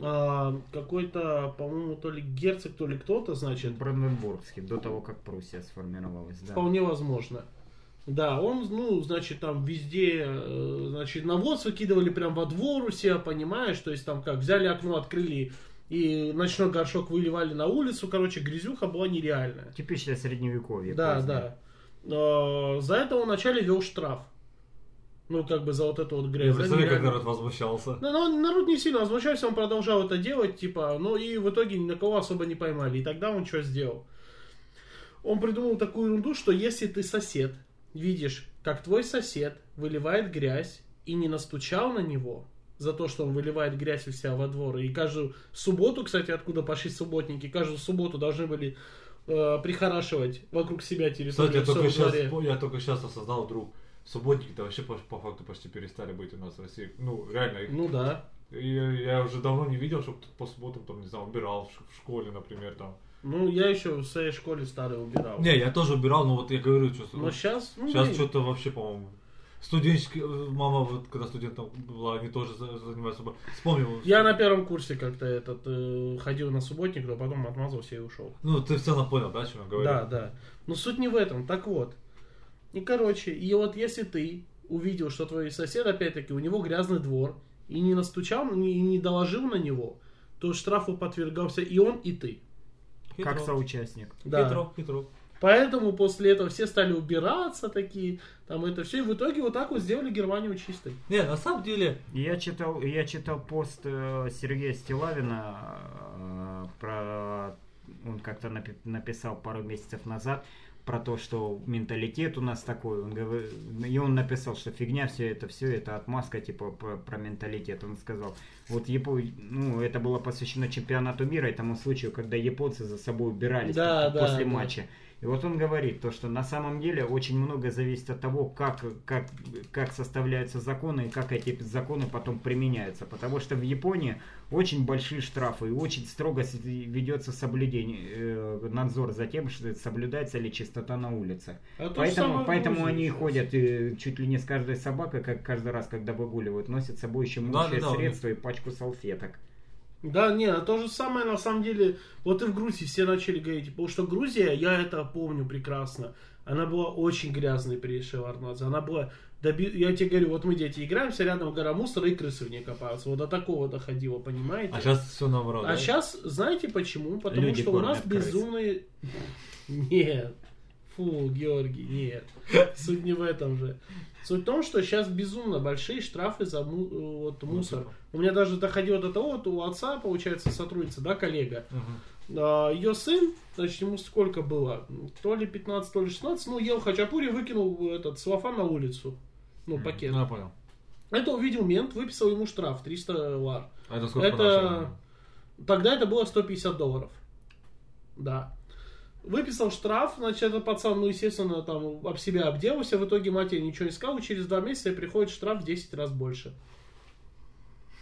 А, какой-то, по-моему, то ли герцог, то ли кто-то, значит, Бранденбургский, до того, как Пруссия сформировалась, да. Вполне возможно. Да, он, ну, значит, там везде, э, значит, навоз выкидывали прям во двор у себя, понимаешь, то есть там как, взяли окно, открыли и ночной горшок выливали на улицу, короче, грязюха была нереальная. Типичное средневековье. Да, А, позднее. да. Э, За это он вначале вел штраф. Ну, как бы за вот эту вот Я грязь. Они представляю, как реально- народ возмущался. Да, Ну, но народ не сильно возмущался, он продолжал это делать, типа, ну и в итоге ни на кого особо не поймали. И тогда он что сделал? Он придумал такую ерунду, что если ты сосед, видишь, как твой сосед выливает грязь и не настучал на него за то, что он выливает грязь у себя во двор, и каждую субботу, кстати, откуда пошли субботники, каждую субботу должны были э, прихорашивать вокруг себя Кстати, территорию я в своем только, сейчас, дворе. я только сейчас осознал, друг, субботники-то вообще по, по факту почти перестали быть у нас в России. Ну, реально, их- Ну да. и я уже давно не видел, чтобы кто-то по субботам, там, не знаю, убирал в ш- в школе, например, там. Ну, я еще в своей школе старой убирал. Не, я тоже убирал, но вот я говорю, что... Но ну, сейчас... Сейчас что-то вообще, по-моему, студенческий, э, мама вот когда студентом была, они тоже за- занимаются, собой. вспомнил. Я на первом курсе как-то этот э, ходил на субботник, но потом отмазался и ушел. Ну, ты в целом понял, да, о чем я говорю? Да, да. Но суть не в этом. Так вот. И короче, и вот если ты увидел, что твой сосед, опять-таки, у него грязный двор, и не настучал, и не доложил на него, то штрафу подвергался и он, и ты. Хитро. Как соучастник. Да. Хитро, хитро. Поэтому после этого все стали убираться такие, там это все. И в итоге вот так вот сделали Германию чистой. Не, на самом деле, Я читал, я читал пост э, Сергея Стилавина э, про, он как-то напи- написал пару месяцев назад про то, что менталитет у нас такой. Он говор- и он написал, что фигня все это, все это отмазка типа про, про менталитет. Он сказал, вот Япо... ну это было посвящено чемпионату мира и тому случаю, когда японцы за собой убирались Да, там, да, после да. матча. И вот он говорит то, что на самом деле очень много зависит от того, как, как, как составляются законы и как эти законы потом применяются. Потому что в Японии очень большие штрафы и очень строго с- ведется соблюдение, э, надзор за тем, что соблюдается ли чистота на улицах. Ну, А то же самое Поэтому, в поэтому Грузии они и сейчас. ходят э, чуть ли не с каждой собакой, как каждый раз, когда выгуливают, носят с собой еще Да, моющее да, да, у них- средство и пачку салфеток. Да, не, а то же самое на самом деле, вот и в Грузии все начали говорить, потому что Грузия, я это помню прекрасно, она была очень грязной при Шеварнадзе, она была, доби- я тебе говорю, вот мы дети играем, все рядом гора мусора и крысы в ней копаются, вот до такого доходило, понимаете? а сейчас все наоборот. А да? щас, знаете почему? Потому Люди что у нас кормят крыс. безумные... *laughs* Нет. Фу, Георгий, нет. Суть не в этом же. Суть в том, что сейчас безумно большие штрафы за му- э, вот, мусор. У меня даже доходило до того, вот у отца, получается, сотрудница, да, коллега, Мгм. а, ее сын, значит, ему сколько было? То ли 15, то ли 16, ну, ел хачапури, выкинул э, этот целлофан на улицу. Ну, Мгм. пакет. Ну, я понял. Это увидел мент, выписал ему штраф 300 лар. А это сколько Это- по-нашему? Тогда это было 150 долларов. Да. Выписал штраф, значит, этот пацан, ну, естественно, там об себя обделался. В итоге матери ничего не сказал. Через два месяца приходит штраф в 10 раз больше.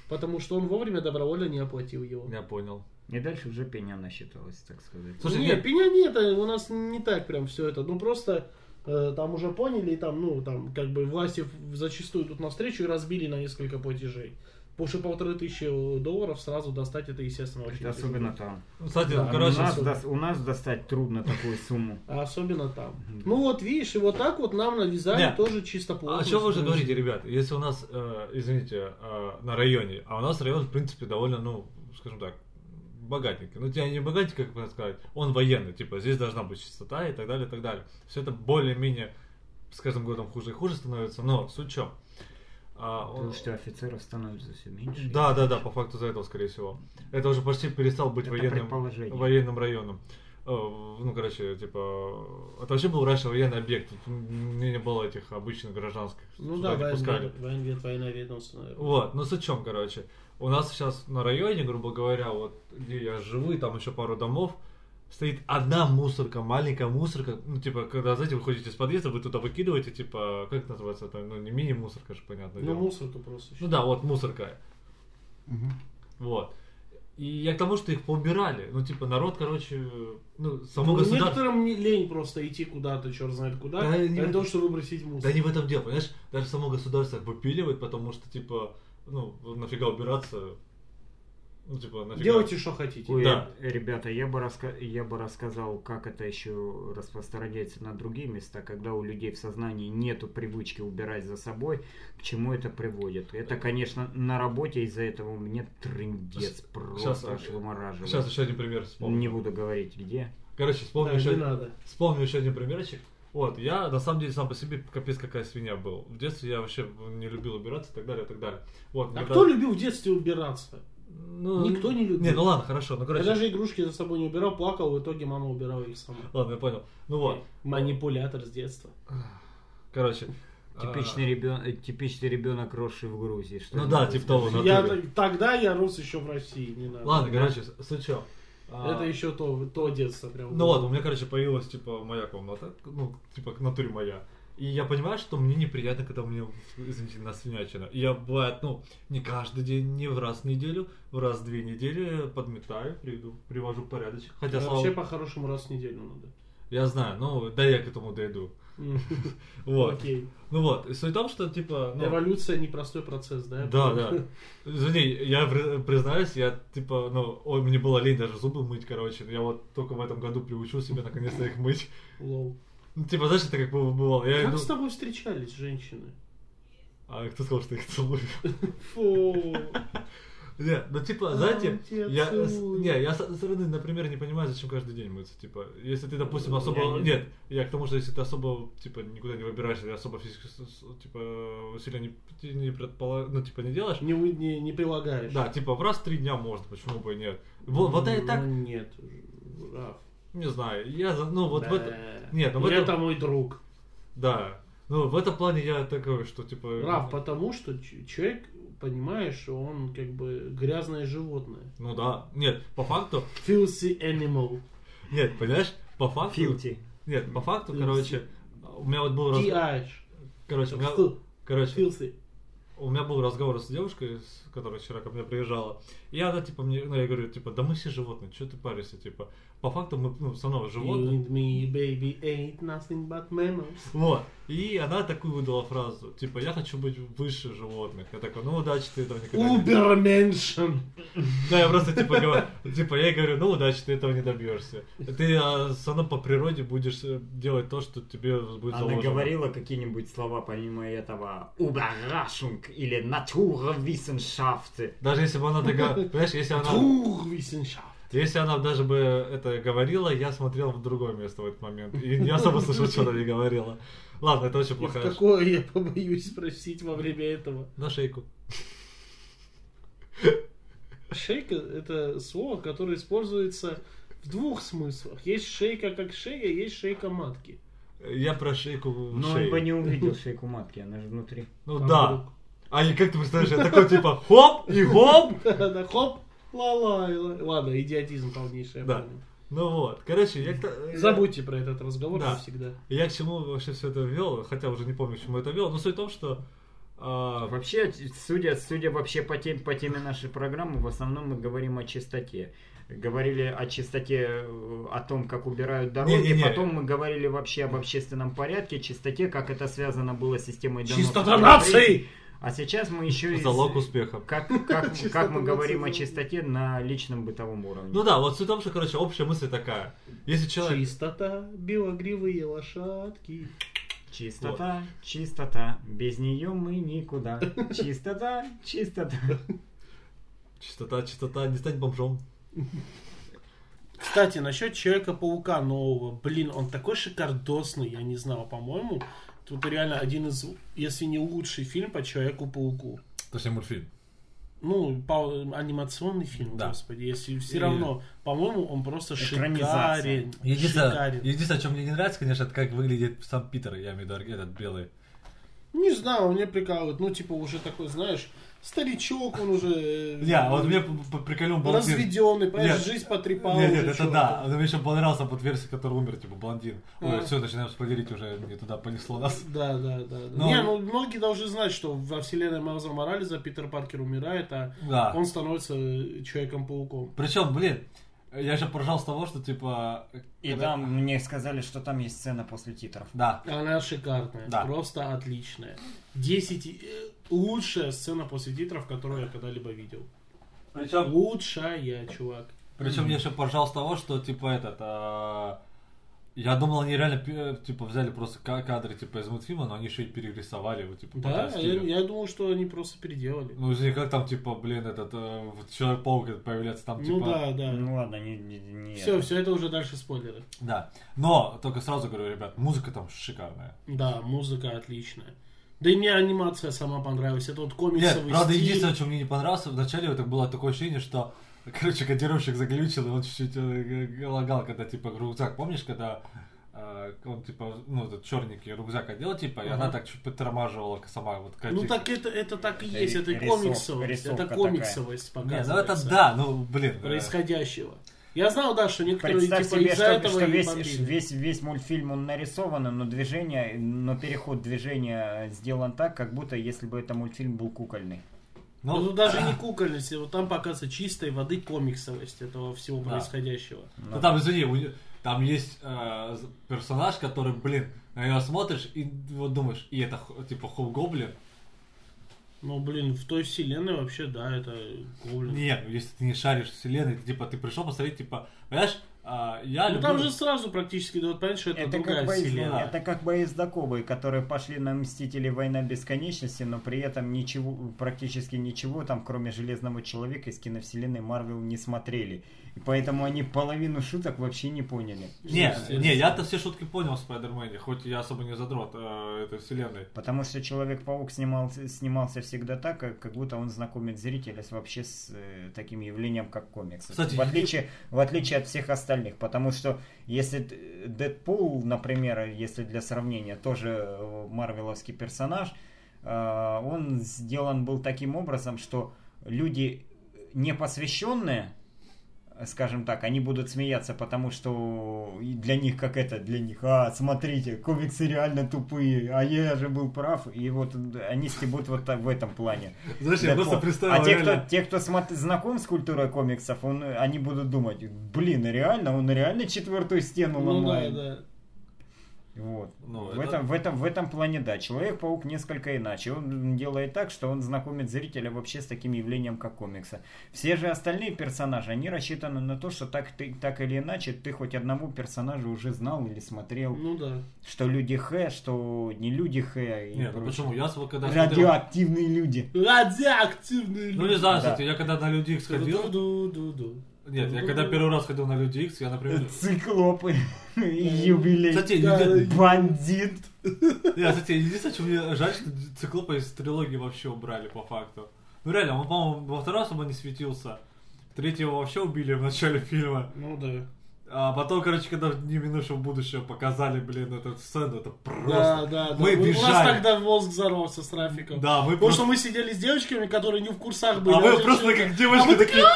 Потому что он вовремя добровольно не оплатил его. Я понял. И дальше уже пеня насчиталась, так сказать. Слушай, не, нет. пеня нет, э, у нас не так прям все это. Ну просто э, там уже поняли, и там, ну, там, как бы власти в- зачастую тут навстречу и разбили на несколько платежей. Потому что полторы тысячи долларов сразу достать это, естественно, очень Особенно там. Ну, Кстати, Да, ну, У короче, нас, су- дос- у нас достать трудно такую *laughs* сумму. А особенно там. Мгм. Ну вот видишь, и вот так вот нам навязали Не, тоже чисто Ну, плохо. а о чем вы уже говорите, ребят? Если у нас, э, извините, э, на районе, а у нас район, в принципе, довольно, ну, скажем так, богатенький. Ну, тебя не богатенький, как бы сказать, он военный, типа, здесь должна быть чистота и так далее, и так далее. Все это более-менее с каждым годом хуже и хуже становится, но с учем. Потому что офицеров становится все меньше. А, Да, да, да, по факту за этого, скорее всего. Это уже почти перестал быть Это военным, предположение. военным районом. Э, Ну, короче, типа, это вообще был раньше военный объект, тут не не было этих обычных гражданских, Ну туда да, не пускали. военвед, военвед, военное ведомство, наверное. Вот, ну с чем, короче. У нас сейчас на районе, грубо говоря, вот где я живу, и там еще пару домов, стоит одна мусорка, маленькая мусорка, ну типа, когда, знаете, вы ходите из подъезда, вы туда выкидываете, типа, как это называется это, ну не мини-мусорка же, понятно. Ну мусорка просто. ну да, вот мусорка, вот. И я к тому, что их поубирали. Ну, типа, народ, короче, ну, само Ну, государство... некоторым не лень просто идти куда-то, черт знает куда, Да, не- для того, чтобы выбросить Да мусор. не в этом дело, понимаешь? Даже само государство их выпиливает, потому что, типа, ну, нафига убираться? Ну, типа, нафига... Делайте, что хотите. Ой, Да. э, Ребята, я бы, раска- я бы рассказал, как это еще распространяется на другие места, когда у людей в сознании нету привычки убирать за собой, к чему это приводит. Это, конечно, на работе из-за этого мне трындец просто щас, аж э, вымораживает. Сейчас еще один пример вспомню. Не буду говорить где. Короче, Да, вспомню, не еще... надо. вспомню еще один примерчик. Вот, я на самом деле сам по себе капец какая свинья был. В детстве я вообще не любил убираться и так далее, и так далее. Вот, А когда- кто любил в детстве убираться? Ну, Никто не любил. Не, ну ладно, хорошо, ну короче. Я даже игрушки за собой не убирал, плакал, в итоге мама убирала их сама. Ладно, я понял. Ну вот, Манипулятор с детства. короче. а, Типичный, ребен... э, типичный ребенок, росший в Грузии. Что Ну я да, могу типа сказать? того, да. Я, натуре. т- тогда я рос еще в России, не а, надо. А, Ладно, короче, сучок. А, Это еще то, то детство прям. Ну вот, у меня, короче, появилась, типа, моя комната, ну, типа, к натуре моя. И я понимаю, что мне неприятно, когда мне, извините, насвинячено. И я, бывает, ну, не каждый день, не в раз в неделю, в раз в две недели подметаю, приведу, привожу в порядочек. Хотя, слава Вообще по-хорошему раз в неделю *laughs* надо. я знаю, ну, да я к этому дойду. Вот. Окей. Ну вот, и суть в том, что, типа, ну, Эволюция непростой процесс, да? Да, да. Извини, я при- признаюсь, я типа, ну, ой, мне было лень даже зубы мыть, короче. Я вот только в этом году приучил себя наконец-то их мыть. Лол. Ну, типа, знаешь, это как бы бывало. Я Как иду- с тобой встречались женщины? А кто сказал, что я их целую? Фу. *laughs* Не, ну типа, А, *laughs* знаете, тебя я, с- целую. не, я со стороны, например, не понимаю, зачем каждый день мыться. Типа, если ты, допустим, Я особо... не- Нет, я к тому, что если ты особо, типа, никуда не выбираешься, особо физически, с- с- типа, усилия не, не предполагаешь, ну, типа, не делаешь, Не у- Не не прилагаешь. Да, типа в раз в три дня может, почему бы и нет. Вот, вот я и так, Ну, Нет. Раф. не знаю, я, за- ну вот в этом, Да. Нет, ну в этом- Это мой друг. да, ну в этом плане я такой, что типа... Раф, потому что ч- человек, понимаешь, он как бы грязное животное. Ну да, нет, по факту, Filthy animal. нет, понимаешь, по факту... Филти. Нет, по факту, Филти. короче, у меня вот был разговор... T.I. Короче, у меня, Фил- короче, а, Filthy. у меня был разговор с девушкой, с- которая вчера ко мне приезжала, и она типа мне, ну я говорю, типа, да мы все животные, что ты паришься, типа, по факту мы, ну, со мной животные. You and me, baby, ain't nothing but mammals. Вот. И она такую выдала фразу, типа, я хочу быть выше животных. Я такой, ну удачи ты этого никогда не... Уберменшен. Да, я просто типа говорю, типа, я ей говорю, ну удачи ты этого не добьешься. Ты а, все равно по природе будешь э, делать то, что тебе будет Она заложено. говорила какие-нибудь слова помимо этого «Überraschung» или «Naturwissenschaften». Даже если бы она такая, понимаешь, если она, Другвиссеншафт. если она даже бы это говорила, я смотрел в другое место в этот момент. И не особо слышал, что она не говорила. Ладно, это очень И в плохая ш- такое я побоюсь спросить во время этого. На шейку. Шейка — это слово, которое используется в двух смыслах. Есть шейка как шея, есть шейка матки. Я про шейку в Но шее. он бы Ну, *laughs* не увидел шейку матки, она же внутри. Ну Там да. вдруг- А и как ты представляешь, я такой типа хоп и хоп. *laughs* Да-да, хоп, ла-лай, ла Ладно, идиотизм полнейший, я Да. понял. Ну вот, короче, я, к та- Забудьте про этот разговор Да. навсегда. я к чему вообще все это вел, хотя уже не помню, к чему это вел, но суть в том, что... а, Вообще, судя, судя вообще по, тем- по теме нашей программы, в основном мы говорим о чистоте. Говорили о чистоте, э, о том, как убирают дороги, Не-не-не. потом мы говорили вообще об общественном порядке, чистоте, как это связано было с системой доносов. Чистота нации! А сейчас мы еще и... с- залог успеха. Как, как, Чистота как мы говорим о нации. чистоте на личном бытовом уровне. Ну да, вот суть в том, что, короче, общая мысль такая. Если человек... Чистота, белогривые лошадки. Чистота, чистота, без нее мы никуда. Чистота, чистота. Чистота, чистота, не стань бомжом. Кстати, насчет Человека-паука нового. Блин, он такой шикардосный, я не знал, по-моему. Тут реально один из, если не лучший фильм по Человеку-пауку. Точнее, мультфильм. Ну, по- анимационный фильм, Да. господи. Если все И- равно, по-моему, он просто Экранизация. шикарен. Единственное, Шикарен. единственное, что мне не нравится, конечно, это как выглядит сам Питер, я имею в виду арг- этот белый. Не знаю, мне прикалывает. Ну, типа, уже такой, знаешь, старичок, он уже... э, Я, а вот мне п- п- приколем был... один- Разведенный, понимаешь, Нет. жизнь потрепала Нет, уже нет, это чувака. да. Но мне еще понравился под версию, который умер, типа блондин. Ой, А. все, начинаем споделить уже, не туда *laughs* понесло нас. Да, да, да. да. Но- Не, ну многие должны знать, что во вселенной Майлза Морализа Питер Паркер умирает, а Да. он становится э, Человеком-пауком. Причем, блин, я еще поражал с того, что типа... И когда- там мне сказали, что там есть сцена после титров. Да. Она шикарная, Да. просто отличная. 10 и- э, лучшая сцена после титров, которую я когда-либо видел. Причем, Лучшая, чувак. причем я еще поражал с того, что типа этот... а, Я думал, они реально пе- типа взяли просто ка- кадры типа из мультфильма, но они еще и перерисовали его типа. Да, под я, стилем. я думал, что они просто переделали. Ну, извини, как там, типа, блин, этот э, вот Человек-паук этот появляется там, типа... Ну да, да. Ну ладно, не, не, не Все, это. все это уже дальше спойлеры. Да. Но, только сразу говорю, ребят, музыка там шикарная. Да, музыка отличная. Да и мне анимация сама понравилась. Это вот комиксовый Нет, правда, стиль. единственное, что мне не понравилось, вначале вот так было такое ощущение, что, короче, кодировщик заглючил, и он чуть-чуть э, г- г- лагал, когда, типа, рюкзак, помнишь, когда э, он, типа, ну, этот черненький рюкзак одел, типа, и Ага. она так чуть подтормаживала сама, вот, Ну катик- так это, это так и Ри- есть, это рисов- комиксовость, рисовка это такая. комиксовость Не, ну показывается это да, ну, блин. э, происходящего. Я знал, да, что некоторые Представь типа себе, из-за что, этого что и весь, бомбили. весь, весь мультфильм он нарисован, но движение, но переход движения сделан так, как будто если бы это мультфильм был кукольный. Ну, Ну, тут даже не кукольность, вот там показывается чистой воды комиксовость этого всего Да. происходящего. Ну там, извини, у неё- там есть э, з- персонаж, который, блин, на него смотришь и вот думаешь, и это хо- типа хоп-гоблин. Ну, блин, в той вселенной вообще, да, это гоблин. Нет, если ты не шаришь вселенной, ты, типа ты пришел посмотреть, типа, понимаешь, а, я ну, люблю... там же сразу практически, да, вот понимаешь, что это, Это другая как, бои, вселенная. да. это как боездакобы, которые пошли на Мстители Война Бесконечности, но при этом ничего, практически ничего там, кроме Железного Человека из киновселенной Марвел не смотрели. И поэтому они половину шуток вообще не поняли. Не, Слушай, не, это- я-то все шутки понял в Спайдермене, хоть я особо не задрот э, этой вселенной. Потому что Человек-паук снимался, снимался всегда так, как, как будто он знакомит зрителя с, вообще с э, таким явлением, как комикс. Кстати, в, я- отличие, в отличие от всех остальных. Потому что если т- Дэдпул, например, если для сравнения, тоже э, марвеловский персонаж, э, он сделан был таким образом, что люди э, непосвященные, скажем так, они будут смеяться, потому что и для них как это, для них, а, смотрите, комиксы реально тупые, а я же был прав, и вот они стебут вот так в этом плане. *laughs* Знаешь, я просто Дэдпул. представил, а те, кто, реально. те, кто смо- знаком с культурой комиксов, он, они будут думать, блин, реально, он реально четвертую стену Ну, да, ломает. да. Вот. Ну, в, это- этом, в, этом, в этом плане, да, Человек-паук несколько иначе. Он делает так, что он знакомит зрителя вообще с таким явлением, как комиксы. Все же остальные персонажи, они рассчитаны на то, что так, ты, так или иначе ты хоть одного персонажа уже знал или смотрел. Ну, да. Что люди Хэ, что не люди Хэ. и Нет, ну прочее. почему? Я с- когда смотрел- Радиоактивные люди. Радиоактивные Ну не знаю, Да. кстати, я когда на Люди Икс ходил... Ду-ду-ду-ду. Нет, я когда первый раз ходил на Люди Икс, я, например... Циклопы. *laughs* Юбилей. Э, Кстати, Да, люди- Бандит. Я, кстати, единственное, что мне жаль, что циклопа из трилогии вообще убрали по факту. Ну реально, он, по-моему, во второй раз он не светился. Третьего вообще убили в начале фильма. Ну, да. А потом, короче, когда в «Дни минувшего будущего показали, блин, эту сцену, это Да, Ну, да, просто... да. Мы У- У нас бежали. тогда мозг взорвался с трафиком. Да, мы Потому просто... что мы сидели с девочками, которые не в курсах были. А мы вообще просто всё. как девочки А мы такие... *laughs*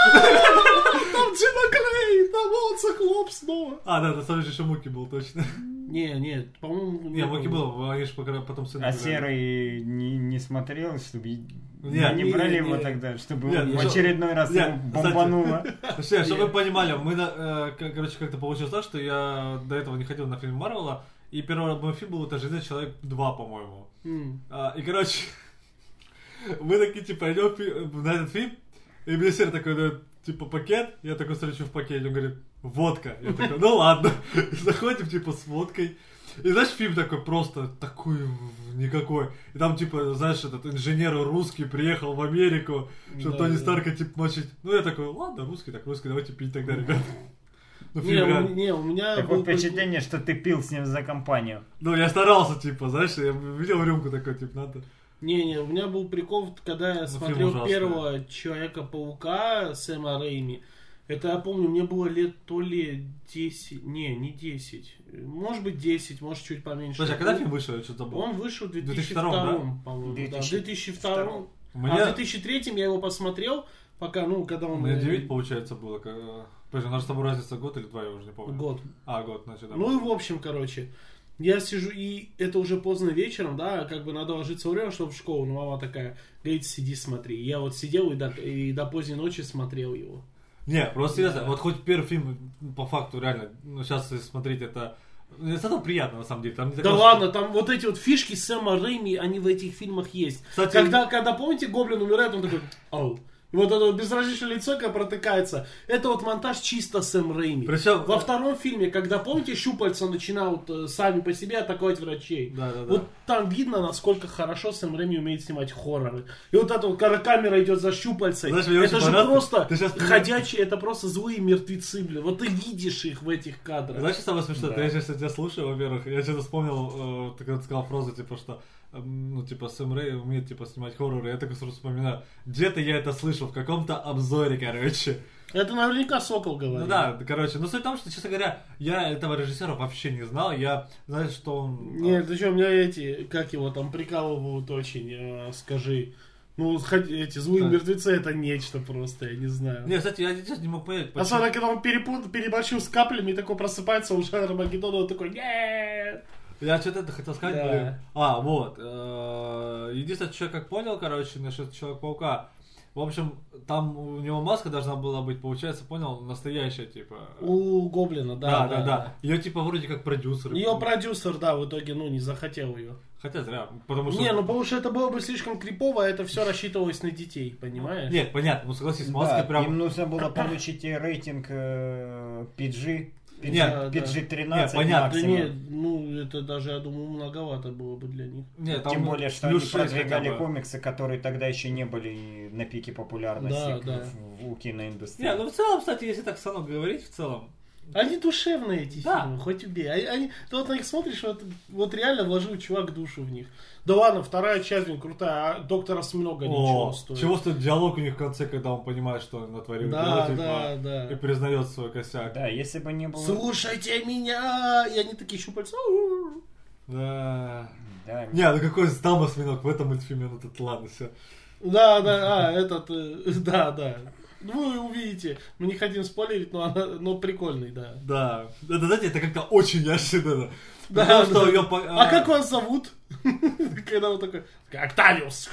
Там Джиноклей, там он циклоп снова. А, да, это самый же Муки был, точно. Не, не, по-моему... Не, было. Муки был, они же пока- потом сына А играли. серый не, не смотрел, чтобы и- Не, не не, брали его не. тогда, чтобы Нет, он в ну, очередной раз нет, его кстати. *laughs* бомбануло. Ну, Слушай, чтобы вы понимали, мы, на- э, к- короче, как-то получилось так, что я до этого не ходил на фильм Марвела, и первый мой фильм был «Это «Железный человек 2», по-моему. М. А, и, короче, мы такие, типа, идем фи- на этот фильм, и мне Сер такой дает, типа, пакет, я такой встречу в пакете, он говорит, водка. Я такой, ну ладно. *laughs* И заходим, типа, с водкой. И знаешь, фильм такой просто такой в- никакой. И там, типа, знаешь, этот инженер русский приехал в Америку, что Да, Тони да. Старка, типа, мочить. Ну, я такой, ладно, русский, так русский, давайте пить тогда, ребят. *laughs* Ну, Не, фильм у, реально- не, у меня... Такое был такой- впечатление, что ты пил с ним за компанию. Ну, я старался, типа, знаешь, я видел рюмку такой, типа, надо. Не, не, у меня был прикол, когда я Ну, фильм смотрел ужасный. первого Человека-паука Сэма Рейми. Это, я помню, мне было лет то ли 10, не, не 10, может быть 10, может чуть поменьше. Слушай, а когда фильм вышел, я что-то забыл? Он вышел в 2002, 2002, по-моему, да, в 2002. 2002. А в 2003 я его посмотрел, пока, ну, когда он... Мне э, 9, получается, было. как, э, Подожди, у нас с тобой разница год или два, я уже не помню. Год. А, год, значит, да. Ну и в общем, короче, я сижу, и это уже поздно вечером, да, как бы надо ложиться время, чтобы в школу, но мама такая, говорит, сиди, смотри. Я вот сидел и до, и до поздней ночи смотрел его. Не, просто серьезно, вот хоть первый фильм, ну, по факту, реально, ну, сейчас если смотреть это... ну, Это приятно, на самом деле. Там не Да такое, что- ладно, там вот эти вот фишки Сэма Рэйми, они в этих фильмах есть. Кстати, Когда, когда, помните, Гоблин умирает, он такой, ау. И вот это вот безразличное лицо, как протыкается. Это вот монтаж чисто Сэм Рэйми. Причем- Во втором фильме, когда, помните, щупальца начинают э, сами по себе атаковать врачей. Да, да, да. Вот там видно, насколько хорошо Сэм Рэйми умеет снимать хорроры. И вот это вот, когда камера идет за щупальцей, Знаешь, мне это же очень понравилось. просто Ты сейчас- ходячие, это просто злые мертвецы, блин. Вот ты видишь их в этих кадрах. Знаешь, что самое смешное? Да. Ты, Я сейчас тебя слушаю, во-первых, я что-то вспомнил, э, ты когда сказал фразу, типа, что, эм, ну, типа, Сэм Рэй умеет, типа, снимать хорроры, я так сразу вспоминаю, где-то я это слышал, в каком-то обзоре, короче. Это наверняка Сокол говорит. Ну да, короче, но суть в том, что, честно говоря, я этого режиссера вообще не знал, я, знаешь, что он... э, Нет, еще у меня эти, как его там, прикалывают очень, э, скажи. Ну, вот хоть эти злые Так. мертвецы это нечто просто, я не знаю. Не, кстати, я сейчас не мог понять, почему... Особенно, когда он перепут, переборщил с каплями, и такой просыпается уже Армагеддон, и он такой, нет! Я что-то это хотел сказать, Да. блин. А, вот. э, Единственное, что я как понял, короче, насчет Человека-паука. В общем, там у него маска должна была быть, получается, понял, настоящая, типа. У Гоблина, да, да, да. Ее типа вроде как продюсер. Ее продюсер, да, в итоге, ну, не захотел ее. Хотя зря, потому что... Не, ну, потому что это было бы слишком крипово, а это все рассчитывалось на детей, понимаешь? Нет, понятно, ну согласись, маска Да, прям... Им нужно *coughs* было получить э, рейтинг э, PG. PG, Нет, да. PG-13 Нет, понятно. Да максимум. нет, ну, это даже, я думаю, многовато было бы для них. Нет, там Тем более, что плюс они шесть продвигали хотя бы. комиксы, которые тогда еще не были на пике популярности Да, к- да. в- у киноиндустрии. Не, ну в целом, кстати, если так стану говорить, в целом, Они душевные эти Да. фильмы, хоть убей. Они, они- ты вот на них смотришь, вот, вот реально вложил чувак душу в них. Да ладно, вторая часть, блин, крутая, а доктор Осьминога ничего О, стоит. чего стоит диалог у них в конце, когда он понимает, что он натворил, Да, типа, да, да. и признает свой косяк. Да, если бы не было... Слушайте меня! И они такие щупальца. «Ау». Да. Да, Не, ну какой там осьминог в этом мультфильме, ну тут ладно, все. Да, да, а, этот, э, *laughs* да, да. Ну, Вы увидите. Мы не хотим спойлерить, но, она, но прикольный, да. Да. Это, знаете, это как-то очень неожиданно. Да, Потому что да. её по- А как вас зовут? *laughs* Когда он такой, Октавиус.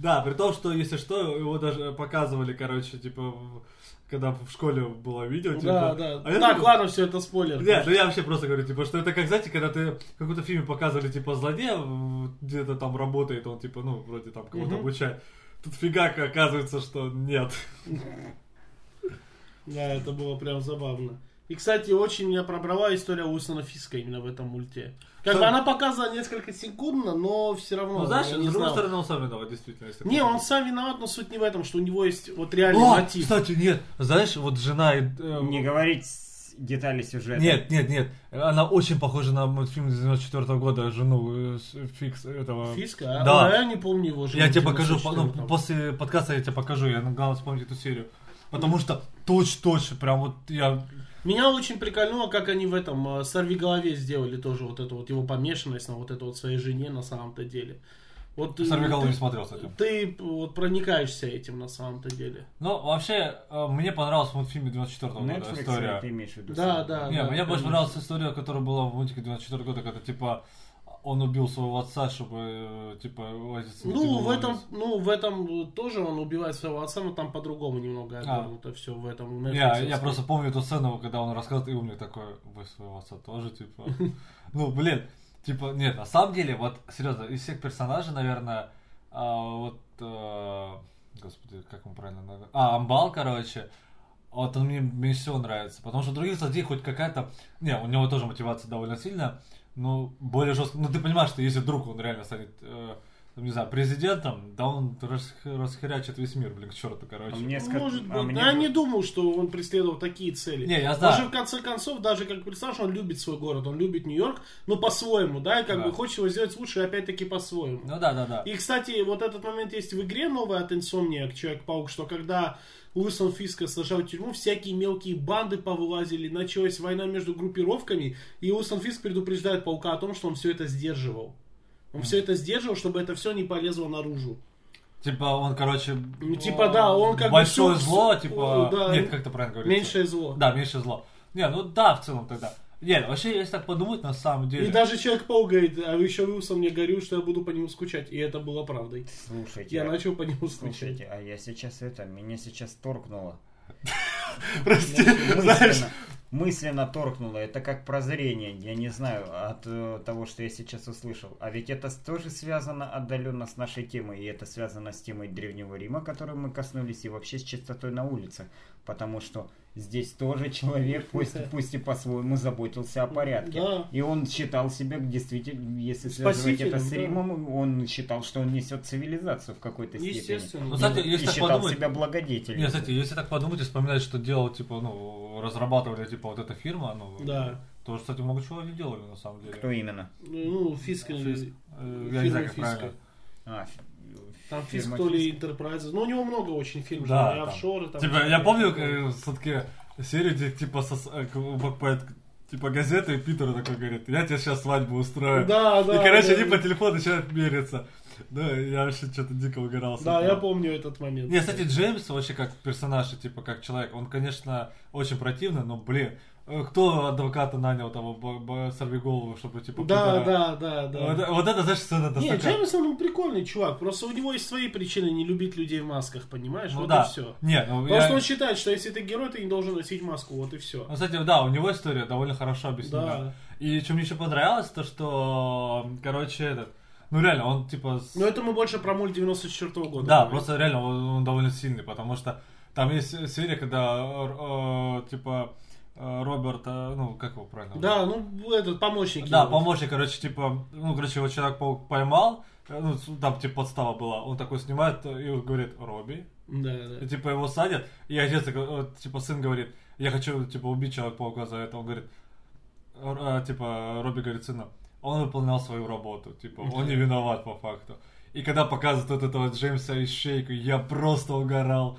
Да, при том, что, если что, его даже показывали, короче, типа, в- когда в школе было видео, типа. Да, да. А я Так, думаю- ладно, все, это спойлер. Нет, ну я вообще просто говорю, типа, что это как, знаете, когда ты в каком-то фильме показывали, типа, злодея в- где-то там работает, он, типа, ну, вроде там кого-то Мгм. обучает. Тут фигак оказывается, что нет. Да, это было прям забавно. И, кстати, очень меня пробрала история Уилсона Фиска именно в этом мульте. Как бы Да. она показана несколько секундно, но все равно. Ну, знаешь, я с не другой знал. стороны, он сам виноват, действительно. если Не, он подумать. сам виноват, но суть не в этом, что у него есть вот реальный О, мотив. кстати, нет, знаешь, вот жена... э, э, не говорить с- детали сюжета. Нет, нет, нет. Она очень похожа на мультфильм 94 года, жену э, с- фикс этого. Фиска? Э, Да. А, я не помню его же. Я тебе покажу, по- ну, после подкаста я тебе покажу, я ну, главное вспомнить эту серию. Потому что точь-точь, прям вот я... Меня очень прикольнуло, как они в этом э, «Сорвиголове» сделали тоже вот эту вот его помешанность на вот это вот своей жене на самом-то деле. Вот э, Сорвиголову не ты, смотрел, кстати. ты э, вот проникаешься этим на самом-то деле. Ну, вообще, э, мне понравился в мультфильме 94 года Netflix ты история. имеешь в виду? Да, да. Не, мне больше конечно. понравилась история, которая была в мультике 94 года, когда, типа, он убил своего отца, чтобы, э, типа, его отец не Ну, тянул в этом, вниз. ну, в этом э, тоже он убивает своего отца, но там по-другому немного обернуто все в этом. Не, А. Я, я просто помню эту сцену, когда он рассказывает, и у меня такой, вы своего отца тоже, типа. *laughs* Ну, блин, типа, нет, на самом деле, вот, серьезно, из всех персонажей, наверное, а, вот, э, господи, как он правильно называет? А, Амбал, короче, вот он мне меньше всего нравится, потому что других злодеев хоть какая-то, не, у него тоже мотивация довольно сильная, но более жестко, ну, ты понимаешь, что если вдруг он реально станет, э, там, не знаю, президентом, да он расх- расхерячит весь мир, блин, к черту, короче. А мне ска- Может быть. а мне Да, я бы- не думал, что он преследовал такие цели. Не, я Он знаю. же, в конце концов, даже как представь, он любит свой город, он любит Нью-Йорк, но по-своему, да, и как Да. бы хочет его сделать лучше, и опять-таки по-своему. Ну да, да, да. И, кстати, вот этот момент есть в игре новая от Insomniac, Человек-паук, что когда Уилсон Фиска сажал в тюрьму, всякие мелкие банды повылазили, началась война между группировками, и Уилсон Фиск предупреждает Паука о том, что он все это сдерживал. Он все это сдерживал, чтобы это все не полезло наружу. Типа он, короче... Ну, типа, да, он как бы Большое всё- зло, всё- ну, типа... да. Нет, как это правильно говорится? Меньшее зло. Да, меньшее зло. Не, ну да, в целом тогда. Нет, вообще, если так подумать, на самом деле... И даже Человек-паук говорит, а еще Уилсон мне говорил, что я буду по нему скучать. И это было правдой. Слушайте, Я а- начал по нему скучать. слушайте, а я сейчас это, меня сейчас торкнуло. Прости, *laughs* Мысленно. знаешь, мысленно торкнуло. Это как прозрение, я не знаю, от э, того, что я сейчас услышал. А ведь это с- тоже связано отдаленно с нашей темой. И это связано с темой Древнего Рима, которой мы коснулись, и вообще с чистотой на улицах. Потому что здесь тоже человек, пусть, *laughs* пусть и по-своему, заботился о порядке. Да. И он считал себя действительно, если связывать это с Спасителем, да. Римом, он считал, что он несет цивилизацию в какой-то степени. Ну, Естественно. кстати, И если так считал подумать- себя благодетелем. Не, кстати, если так подумать и вспоминать, что делал, типа, ну, разрабатывали, типа, вот эта фирма, ну, Да. то, кстати, много чего они делали, на самом деле. Кто именно? Ну, Фиск. Фиск. или- Э, Я не знаю, как Фирма Фиска. правильно. А, ф- Там фирма Фиск то ли Фиск. Enterprise. Ну, у него много очень фильмов. Да, и там. офшоры. Там, Типа, я помню, э, все-таки серию, где, типа, со, с- э, к- покупает, типа, газеты, и Питер такой говорит, я тебе сейчас свадьбу устрою. Да, да. э, и, короче, да, они да. по телефону начинают мериться. Да, я вообще что-то дико угорал. с Да, этого. я помню этот момент. типа. Не, кстати, Джеймс вообще как персонаж, и, типа как человек, он, конечно, очень противный, но, блин, э, кто адвоката нанял того бо- бо- сорвиголову, чтобы, типа, Да, пидора- да, да, да. Вот, вот это, знаешь, сцена Не, достатка. Джеймсон он прикольный чувак, просто у него есть свои причины не любить людей в масках, понимаешь? Ну вот и да. все. Не, ну, Просто я- он считает, что если ты герой, ты не должен носить маску, вот и все. Ну, кстати, да, у него история довольно хорошо объяснена. Да. И что мне еще понравилось, то что, м, короче, этот, ну реально, он типа... с- Но это мы больше про мульт 94 года. Да, говорим. просто реально он, он довольно сильный, потому что там есть серия, когда, э, э, типа, э, Роберт, э, ну, как его правильно? Да, ну этот помощник. Да, его. помощник, короче, типа, ну, короче, его Человек-паук поймал, э, ну, с- там, типа, подстава была, он такой снимает э, и говорит, Робби, Да, да. и, типа, его садят, и отец, такой, э, типа, сын говорит, я хочу, типа, убить Человека-паука за это, он говорит, э, э, типа, Робби говорит сыну, он выполнял свою работу, типа, он не виноват по факту. И когда показывают вот этого Джеймса и Шейку, я просто угорал.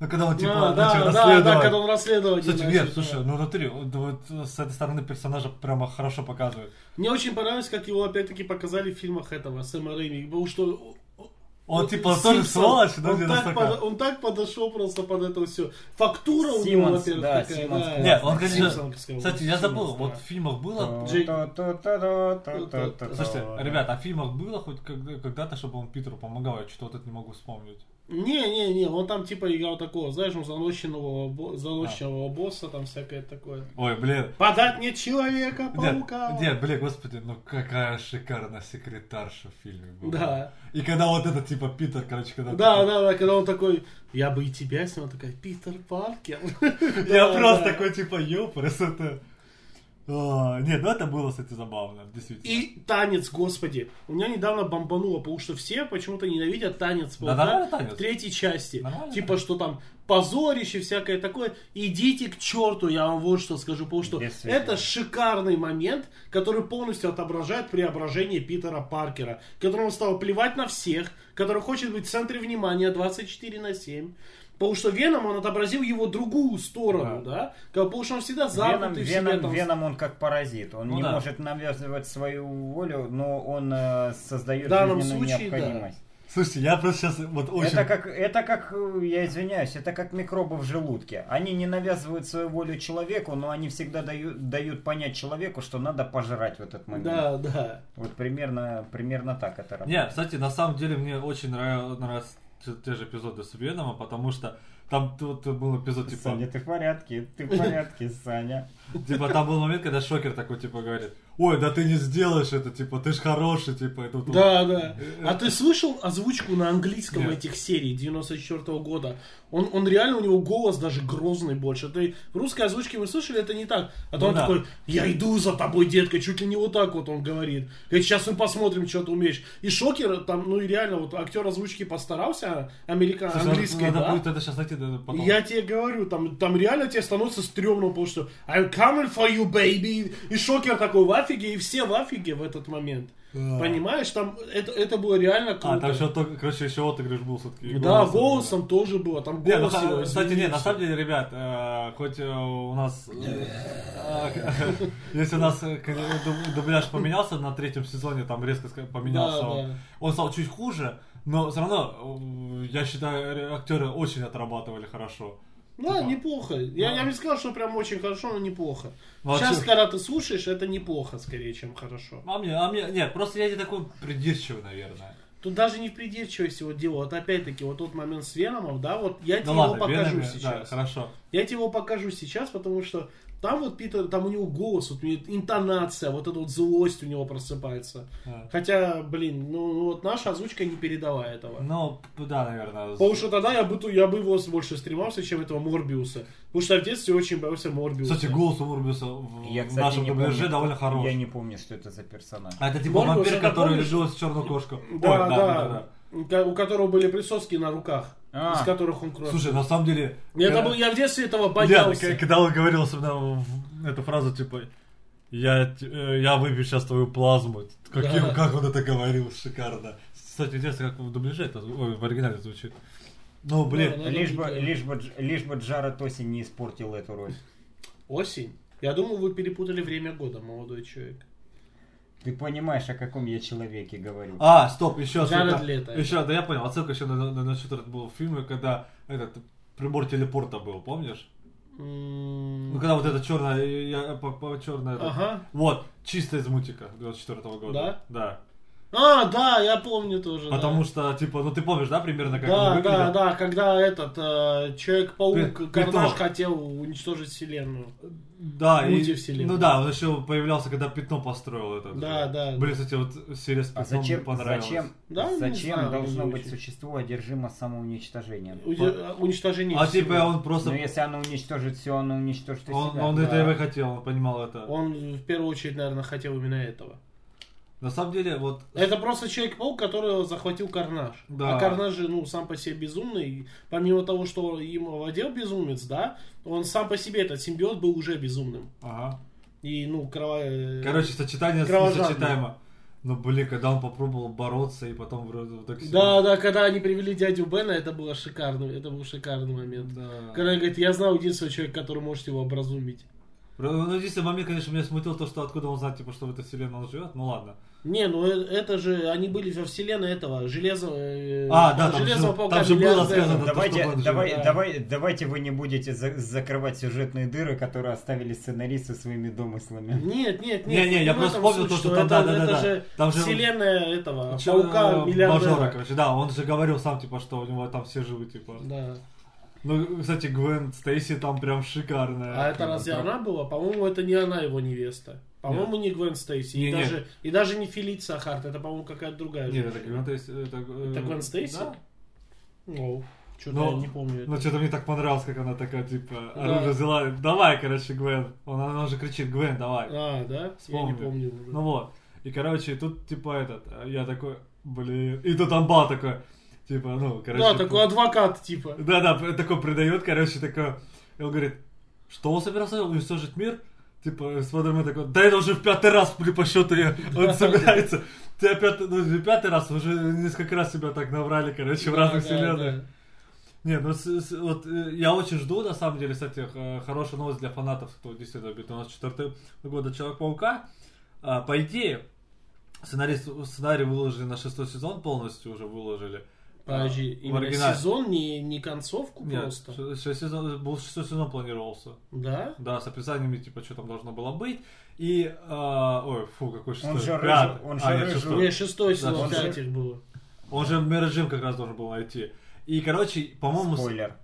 Ну, когда он, типа, Да, да, начал да, расследовать. да, когда он расследовать. Кстати, начал, нет, да. слушай, ну, внутри, вот, вот с этой стороны персонажа прямо хорошо показывают. Мне очень понравилось, как его опять-таки показали в фильмах этого Сэма Рэйми, потому что Он, вот типа, тоже Симпсон, сволочь, но не он, так настолько. под- он так подошел просто под это все. Фактура у него, Симмонс, во-первых, да, такая. Симмонс да. классный. Нет, он, конечно... Симпсоновская, Кстати, вот, я Симпсонс, забыл, вот да. в фильмах было... Джей- Слушайте, Слушайте, ребят, а в фильмах было хоть когда- когда-то, чтобы он Питеру помогал? Я что-то вот это не могу вспомнить. Не-не-не, он там типа играл такого, знаешь, он заносчивого, бо- заносчивого босса, там всякое такое. Ой, блин. Подать мне человека, Нет, паука. нет, блин, господи, ну какая шикарная секретарша в фильме была. Да. И когда вот этот, типа, Питер, короче, когда... Да, да, да, когда он такой, я бы и тебя снял, такая, Питер Паркер. Я Да, просто да. такой, типа, ёпрес, это... А, Нет, ну это было, кстати, забавно, действительно. И танец, господи. У меня недавно бомбануло, потому что все почему-то ненавидят танец Да, паука нормальный танец. в третьей части. Нормальный типа, что там позорище, всякое такое. Идите к черту, я вам вот что скажу, потому что Действительно. это шикарный момент, который полностью отображает преображение Питера Паркера, которому стало плевать на всех, который хочет быть в центре внимания 24 на 7. Потому что Веном он отобразил его другую сторону, да? Как- Потому что он всегда Веном, замкнутый в себе Веном, там. Веном он как паразит. Он Ну не да. может навязывать свою волю, но он э, создает В данном жизненную случае, да. необходимость. Слушайте, я просто сейчас вот очень... Это как, это как, э, я извиняюсь, это как микробы в желудке. Они не навязывают свою волю человеку, но они всегда дают, дают понять человеку, что надо пожрать в этот момент. Да, да. Вот примерно, примерно так это работает. Не, кстати, на самом деле мне очень нрав- нравятся те- те же эпизоды с Венома, потому что там тут был эпизод, типа, Саня, ты в порядке, ты в порядке, Саня. типа, там был момент, когда Шокер такой, типа, говорит, ой, да ты не сделаешь это, типа, ты ж хороший, типа, это Э, вот- Да, да. А ты слышал озвучку на английском Нет. этих серий 94 года? Он, он реально, у него голос даже грозный больше. Ты в русской озвучке мы слышали, это не так. А то Ну он да. такой, я иду за тобой, детка, чуть ли не вот так вот он говорит. Говорит, сейчас мы посмотрим, что ты умеешь. И Шокер там, ну и реально, вот актер озвучки постарался, американ, Слушай, английский, надо да? будет это сейчас найти, да, потом. Я тебе говорю, там, там реально тебе становится стрёмно, потому что I'm coming for you, baby. И шокер такой в афиге, и все в афиге в этот момент. Да. Понимаешь, там это, это было реально круто. А, там еще, то- короче, еще отыгрыш был все-таки. Ну Да, голосом тоже было, там Не, ну, голос его кстати, нет, изменился. на самом деле, ребят, э, хоть э, у нас... э, э, *laughs* Если у нас э, к- дуб- дубляж поменялся на третьем сезоне, там резко ска- поменялся Да, он. да. Он стал чуть хуже, но все равно, э, я считаю, ре- актеры очень отрабатывали хорошо. Да, типа- Ну, неплохо. Я, Да. я бы не сказал, что прям очень хорошо, но неплохо. Ну, а Сейчас, чё- когда ты слушаешь, это неплохо скорее, чем хорошо. А мне, а мне, нет, просто я не такой придирчивый, наверное. Тут даже не в придирчивости вот дело. Вот опять-таки, вот тот момент с Веномом, да, вот я тебе Ну его ладно, покажу Венами, да, сейчас. хорошо. Я тебе его покажу сейчас, потому что Там вот Питер, там у него голос, вот у него интонация, вот эта вот злость у него просыпается. А. Хотя, блин, ну вот наша озвучка не передала этого. Ну, да, наверное. Потому что тогда я бы, ту- я бы его больше стремался, чем этого Морбиуса. Потому что я в детстве очень боялся Морбиуса. Кстати, голос у Морбиуса в, Я, в кстати, нашем не дубляже помню, довольно хорош. Я не помню, что это за персонаж. А это типа Морбиус, вампир, это который помнишь? лежит в черную кошку. Да, да, Ко- У которого были присоски на руках, А. из которых он кровь. Слушай, э, на самом деле... я, когда- там был- я в детстве этого Нет, боялся. к- когда он говорил, особенно в- эту фразу, типа, я, т- э, я выпью сейчас твою плазму. Каким- Да. Как он это говорил, шикарно. Кстати, интересно, как в дубляже это, зву- ой, в оригинале звучит. Ну, блин, Да, да. Лишь бы, логично. лишь, бы, Дж- лишь бы Джара Тоси не испортил эту роль. Осень. Я думаю, вы перепутали время года, молодой человек. Ты понимаешь, о каком я человеке говорю. А, стоп, еще Джаред отсылка. Лето. Еще, да я понял, отсылка еще на, на, насчет этого был в фильме, когда этот прибор телепорта был, помнишь? М, Ну, когда вот это черное, я, по, по- черное, это- Ага. вот, чисто из мультика 24 года. Да? А, да, я помню тоже. Ну да. Потому что, типа, ну ты помнишь, да, примерно, как он Да, выглядел? да, да, когда этот э, При- Человек-паук, при Карнаж том- хотел уничтость Вселенную. Да, и- Мультивселенная. ну да, он еще появлялся, когда пятно построил это. Да, да, Блин, кстати, вот серия с А пятном зачем, мне понравилась. зачем, Да, не зачем знаю, должно не быть очень. существо одержимо самоуничтожением? Уди- э, Уничтожение А всего. типа он просто... Но если оно уничтожит все, оно уничтожит и Он, себя. он да. этого и хотел, он понимал это. Он в первую очередь, наверное, хотел именно этого. На самом деле, вот... Это просто Человек-паук, которого захватил Карнаж. Да. А Карнаж же, ну, сам по себе безумный. И Помимо того, что им овладел безумец, да, он сам по себе, этот симбиот, был уже безумным. Ага. И, ну, крова... э, Короче, сочетание с- Кровожадный. несочетаемо. Но, блин, когда он попробовал бороться и потом вроде вот так Да, да, когда они привели дядю Бена, это было шикарно, это был шикарный момент. да. Когда он говорит, я знал единственного человека, который может его образумить. Ну, единственный момент, конечно, меня смутил то, что откуда он знает, типа, что в этой вселенной он живет. Ну ладно. Не, ну э, это же, они были во вселенной этого, железо... э, А, да, там Железного же- паука, там же было миллиардера. сказано. Давайте, чтобы он давай, жил. давай, давайте вы не будете за- закрывать сюжетные дыры, которые оставили сценаристы своими домыслами. Нет, нет, нет. Не-не, не я в просто этом вспомнил то, суть, что там, это, да-да-да. это же Там же- вселенная этого, Чё, паука, э, Бажора, миллиардера. короче, да, он же говорил сам, типа, что у него там все живы, типа. Да. Ну, кстати, Гвен Стейси там прям шикарная. А это разве она была? По-моему, это не она его невеста. По-моему, не Гвен Стейси. Не, И, не. даже, и даже не Фелиция Харт. Это, по-моему, какая-то другая. Нет, женщина. это Гвен Стейси. Это, э, Это Гвен Стейси? Да. Ну, что-то Но- я не помню. это. Ну, что-то мне так понравилось, как она такая, типа, Да. оружие взяла. Давай, короче, Гвен. Он- Она, же кричит, Гвен, давай. А, да? Я Вспомнил. не помню уже. Ну вот. И, короче, тут, типа, этот, э, я такой, блин. И тут амба такой, типа, ну, короче. да, такой адвокат, типа. Да-да, такой придает, короче, такой. И он говорит, что он собирался уничтожить мир? Типа, Спайдермен такой, да это уже в пятый раз, блин, по *laughs* счету я- он собирается. Тебя пятый, ну, не пятый раз, уже несколько раз тебя так наврали, короче, в разных Да, да, вселенных. да. Не, ну с- с- вот э, я очень жду, на самом деле, кстати, х- хорошая новость для фанатов, кто действительно любит у нас 4 года Человек-паука. А, по идее, сценарий, сценарий выложили на шестой сезон, полностью уже выложили. Подожди, А, в именно оригинале. сезон, не, не концовку Нет, просто. ш- шесть сезон, был шестой сезон планировался. Да? Да, с описаниями, типа, что там должно было быть. И, а, ой, фу, какой шестой. Он же Пятый. рыжий, он же А, нет, рыжий. У шестой. меня шестой Да, сезон, он же- пять их было. Он же Мэри Джим как раз должен был найти. И, короче, по-моему... с- Спойлер.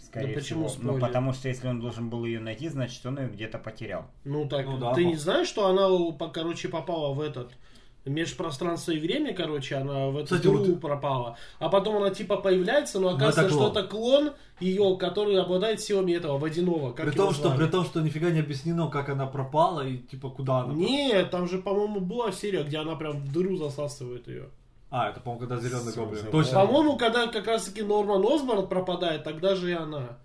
Скорее Да почему всего. Ну, спойлер? потому что если он должен был ее найти, значит, он ее где-то потерял. Ну так, Ну да, ты по- не знаешь, что она, по- короче, попала в этот межпространство и время, короче, она в эту Кстати, вот Ну, дыру пропала. А потом она типа появляется, но это оказывается, клон. что это клон ее, который обладает силами этого водяного. Как При его том, что, звали? при том, что нифига не объяснено, как она пропала и, типа, куда она... Нет, там же, по-моему, была серия, где она прям в дыру засасывает ее. А, это, по-моему, когда зеленый Суза. гоблин. Точно. По-моему, когда как раз-таки Норман Осборн пропадает, тогда же и она.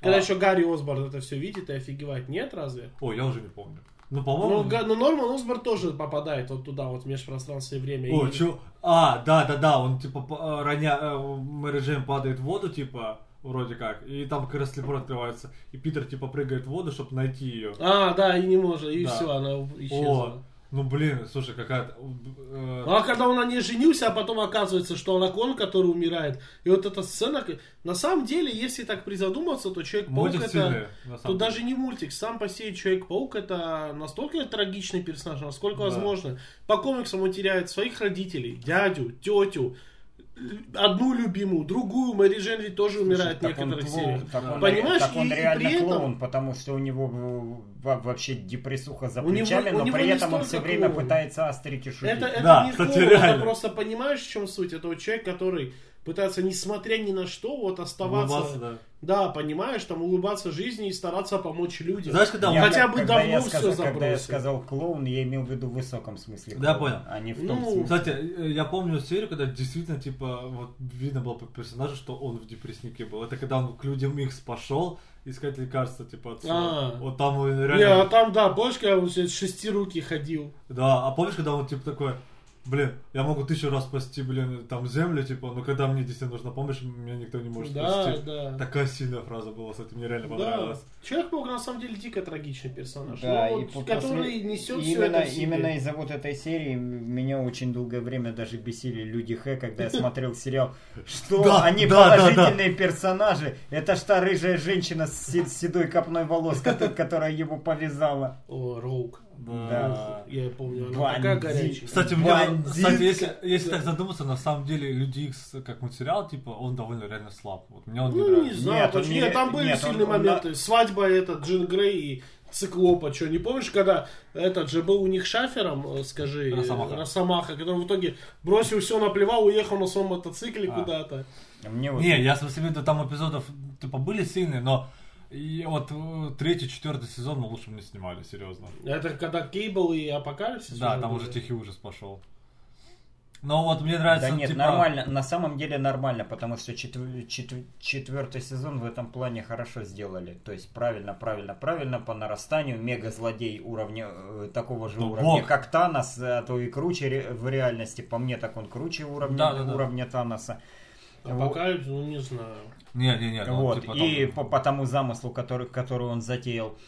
Когда А. еще Гарри Осборн это все видит и офигевает. Нет, разве? Ой, я уже не помню. Ну, Ну, по-моему... Га- ну, Норман Осборн тоже попадает вот туда, вот в межпространство и время. О, И- чё? А, да, да, да, он типа по- э, роня... э, Мэри Джейн падает в воду, типа, вроде как, и там как раз телепорт открывается, и Питер типа прыгает в воду, чтобы найти ее. А, да, и не может, и Да. все, она у- О, исчезла. ну блин, слушай, какая-то... э, А когда он на ней женился, а потом оказывается, что она клон, который умирает. И вот эта сцена... к- На самом деле, если так призадуматься, то Человек-паук Мультик это... сильный, на самом Тут деле. даже не мультик. Сам по себе Человек-паук это настолько трагичный персонаж, насколько Да. возможно. По комиксам он теряет своих родителей, дядю, тетю, одну любимую, другую Мэри Джейн ведь тоже умирает в Так он некоторых клоун, сериях. так он- Понимаешь, так и- он и реально при этом- клоун, потому что у него в- во- вообще депрессуха за У него- плечами, у но него при не этом он все столько время клоун. пытается острить и шутить. Это, это Да, не кстати, клоун, это реально. просто понимаешь, в чем суть? Это вот человек, который пытается, несмотря ни на что, вот оставаться. Улыбаться, да. Да, понимаешь, там улыбаться жизни и стараться помочь людям. Знаешь, когда Я- он... хотя бы когда я давно сказал, всё Когда я забросил. сказал клоун, я имел в виду в высоком смысле. Да, клоун, понял. А не в том Ну, смысле. Кстати, э, я помню серию, когда действительно, типа, вот видно было по персонажу, что он в депресснике был. Это когда он к людям Икс пошел искать лекарства, типа, от всего. А. Вот там он Не, а реально... там, да, помнишь, когда он с шести руки ходил? Да, а помнишь, когда он, типа, такой... Блин, я могу тысячу раз спасти, блин, там землю, типа, но когда мне действительно нужна помощь, меня никто не может да, спасти. да. Такая сильная фраза была, кстати, мне реально Да. понравилась. Человек-паук на самом деле дико трагичный персонаж, но Да, и ну вот по- который после- несет все именно, это в себе. именно из-за вот этой серии м- меня очень долгое время даже бесили люди Хэ, когда я смотрел сериал. Что? Да, Они да, да, положительные персонажи. Это ж та рыжая женщина с се- седой копной волос, кото- которая его повязала. О, Роук. Да. Я помню, она Бандит. такая горячая. Кстати, мне- Бандитка. кстати, если, если Да. так задуматься, на самом деле Люди Икс как мультсериал, типа, он довольно реально слаб. Вот мне он не Ну, не нравится. знаю, Нет, точно- он не- нет, там были нет, он- сильные он моменты. Свадьба это Джин Грей и Циклопа. Что, не помнишь, когда этот же был у них шафером, э, скажи, э, Росомаха. Росомаха, который в итоге бросил все, наплевал, уехал на своем мотоцикле А. куда-то. Мне вот Не, я в смысле, виду, там эпизодов, типа, были сильные, но и вот э, третий, четвертый сезон мы лучше бы не снимали, серьезно. Это когда Кейбл и Апокалипсис. Да, там уже тихий ужас пошел. Но вот мне нравится, Да нет, типа, нормально, на самом деле нормально, потому что четвер- четвер- четвертый сезон в этом плане хорошо сделали. То есть правильно, правильно, правильно, по нарастанию мега злодей уровня э, такого же Ну, уровня, бог. как Танос, а то и круче ре- в реальности. По мне, так он круче уровня, Да-да-да. уровня Таноса. Апокалипсис, ну не знаю. Не, не, не. ну, вот. типа, и там- по, по тому замыслу, который, который он затеял.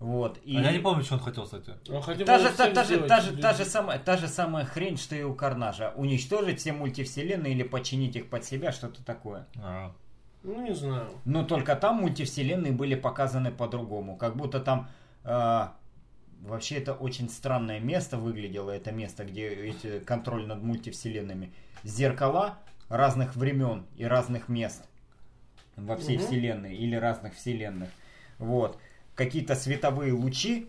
Вот. И... А я не помню, что он хотел, кстати. Он хотел Та же, всех та, та же, сделать та, же, людьми. та, же самая, та же самая хрень, что и у Карнажа. Уничтожить все мультивселенные или починить их под себя, что-то такое. А. Ну не знаю. Но только там мультивселенные были показаны по-другому. Как будто там... э, вообще это очень странное место выглядело. Это место, где эти контроль над мультивселенными. Зеркала разных времен и разных мест во всей Мгм. вселенной или разных вселенных. Вот. Какие-то световые лучи,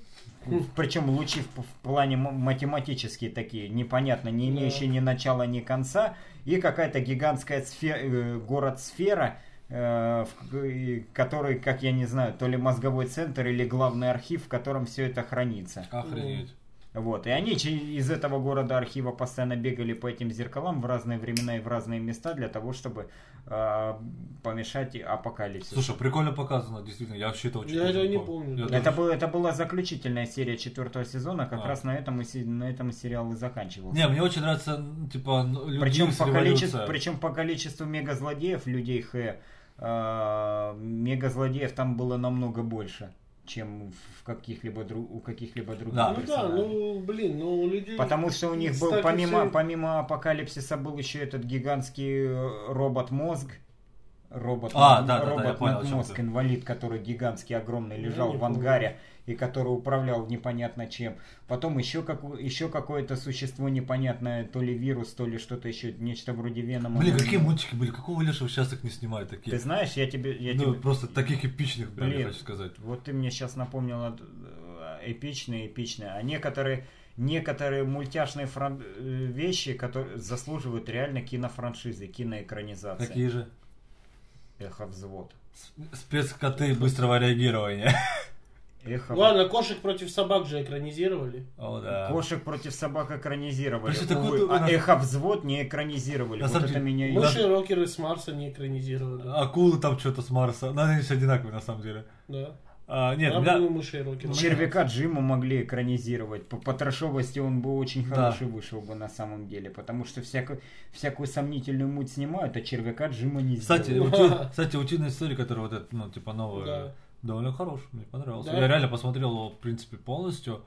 причем лучи в, в плане м- математические такие, непонятно, не Да. имеющие ни начала, ни конца, и какая-то гигантская сфера, город-сфера, э, в- и который, как я не знаю, то ли мозговой центр, или главный архив, в котором все это хранится. Охренеть. Ну, Вот. И они че- из этого города архива постоянно бегали по этим зеркалам в разные времена и в разные места для того, чтобы э, помешать апокалипсису. Слушай, прикольно показано, действительно. Я вообще это очень Я даже это не помню. Я это, тоже- был, это была заключительная серия четвертого сезона, как А. раз на этом, и се- на этом и сериал и заканчивался. Не, мне очень нравится, ну, типа, ну, люди Причем с по, количеству, революцией. причем по количеству мегазлодеев людей Х, э, мегазлодеев там было намного больше, чем в каких-либо дру- у каких-либо других Да. ну да, персонажей. ну блин, ну у людей. Потому что у них был Кстати, помимо, всё- помимо апокалипсиса был еще этот гигантский э, робот-мозг. Робот, А, да, да, да, я робот понял, о чём мозг, ты. инвалид, который гигантский, огромный, Я лежал Ну, не в ангаре и который управлял непонятно чем. Потом еще, как, еще какое-то существо непонятное, то ли вирус, то ли что-то еще, нечто вроде венома. Блин, какие мультики были, какого лешего сейчас их не снимают такие? Ты знаешь, я тебе... Я ну, тебе... просто таких эпичных, блин, Блин. я хочу сказать. Вот ты мне сейчас напомнила э, эпичные, эпичные. А некоторые, некоторые мультяшные фран- э, вещи, которые заслуживают реально кинофраншизы, киноэкранизации. Такие же. Эхо взвод. С- Спецкоты быстрого реагирования. Эхо Ладно, кошек против собак же экранизировали. О, да. э, Ну, Кошек против собак экранизировали. Слушай, так Увы, вот, а на- эхо взвод не экранизировали. На Вот самом это деле, меня и- мы- Мыши и рокеры с Марса не экранизировали. Акулы там что-то с Марса. Ну, они все одинаковые, на самом деле. Да. А, нет, Там ну, меня- были мыши и рокеры. Червяка Джима могли экранизировать. По, по трэшовости он бы очень Да. хороший вышел бы на самом деле. Потому что всякую, всякую сомнительную муть снимают, а червяка Джима не Кстати, сделают. *laughs* ути- кстати, утиная история, которая вот эта, ну, типа, новая, *laughs* Да. довольно хорошая, мне понравилась. Да. Я реально посмотрел его, в принципе, полностью.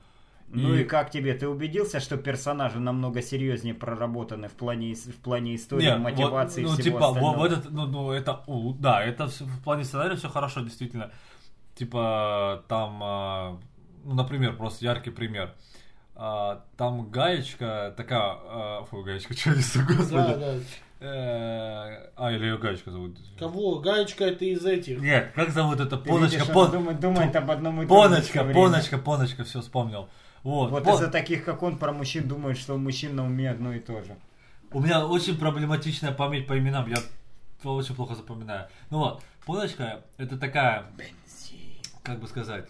Ну И- и как тебе? Ты убедился, что персонажи намного серьезнее проработаны в плане, ис- в плане истории, Не, мотивации вот, и ну, всего типа, во- остального? вот этот, ну, ну, это, у, да, это всё- в плане сценария все хорошо, действительно. Типа, там, а, ну, например, просто яркий пример. А, а, там гаечка такая... а, фу, гаечка, *laughs* что не несу, Да, господи. да. Э, А, или ее гаечка зовут. Кого? Гаечка это из этих. Нет, как зовут это? Ты Поночка, видишь, он пон... думает, думает об одном и том же всё Поночка, время. поночка, поночка, все вспомнил. Вот, Вот пон- из-за таких, как он, про мужчин думает, что у мужчин на уме одно и то же. У меня очень проблематичная память по именам, я очень плохо запоминаю. Ну вот, поночка это такая, как бы сказать,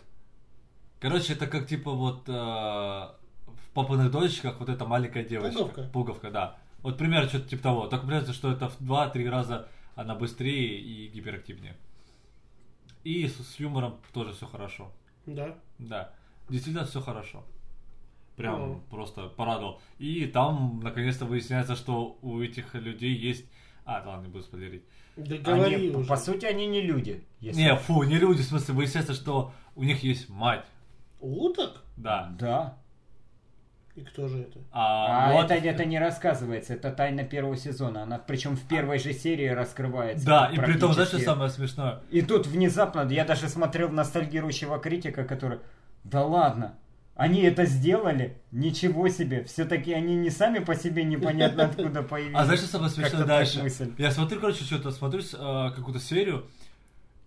короче, это как типа вот э, в папаных дочках вот эта маленькая девочка. Пуговка. Пуговка, да. Вот пример что-то типа того. Только понятно, что это в 2-3 раза она быстрее и гиперактивнее. И с, с юмором тоже все хорошо. Да. Да, действительно все хорошо. Прям Ну. просто порадовал. И там наконец-то выясняется, что у этих людей есть... А, да ладно, не буду спойлерить. Да говори Они, уже. по сути, они не люди. если- Не, фу, не люди, в смысле, выясняется, что у них есть мать. Уток? Да. Да. И кто же это? А, А вот- это, это не рассказывается, это тайна первого сезона. Она причем в первой же серии раскрывается. Да, и при том, знаешь, практически. что самое смешное? И тут внезапно, я даже смотрел ностальгирующего критика, который, да ладно, они это сделали? Ничего себе! Все-таки они не сами по себе непонятно откуда появились. А знаешь, что самое смешное Как-то так дальше? мысль. Я смотрю, короче, что-то, смотрю с- э, какую-то серию,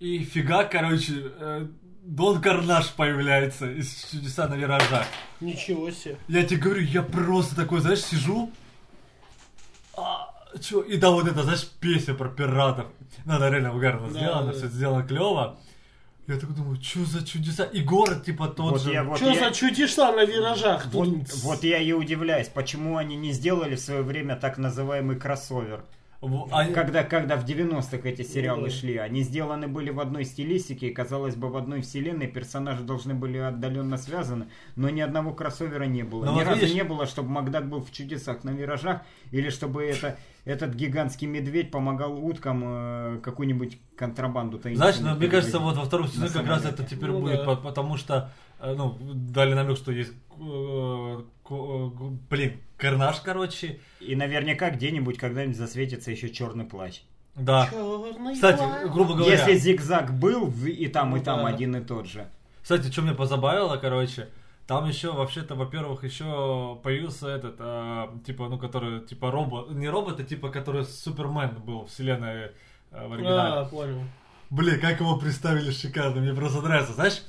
и фига, короче, э, Дон Карнаш появляется из «Чудеса на виражах». Ничего себе. Я тебе говорю, я просто такой, знаешь, сижу. А, чё? И да, вот это, знаешь, песня про пиратов. Надо реально угарно Да, сделано, да, да. все сделано клево. Я так думаю, что за чудеса? И город типа тот Вот же. я вот Че я- за чудеса на виражах? Вот, Тут- вот я и удивляюсь, почему они не сделали в свое время так называемый кроссовер. В- а- Когда, когда в 90-х эти сериалы Да. шли, они сделаны были в одной стилистике, и, казалось бы, в одной вселенной персонажи должны были отдаленно связаны, но ни одного кроссовера не было. Ну ни вот разу видишь- не было, чтобы Макдак был в чудесах на виражах, или чтобы это, этот гигантский медведь помогал уткам э, какую-нибудь контрабанду Знаешь, таинственную ну, мне кажется, перевозить. вот во втором сезоне на как раз самолете. это теперь Ну будет, да. по- потому что, э, ну, дали намек, что есть, э, ко- э, блин, Карнаш, короче, И наверняка где-нибудь когда-нибудь засветится еще черный плащ. да. Чёрный Кстати, плащ. грубо говоря... Если зигзаг был, в- и там, и Ну там да. один и тот же. Кстати, что меня позабавило, короче, там еще, вообще-то, во-первых, еще появился этот, а, типа, ну, который, типа, робот, не робот, а типа, который Супермен был в вселенной а, в оригинале. А, понял. Блин, как его представили шикарно, мне просто нравится, знаешь,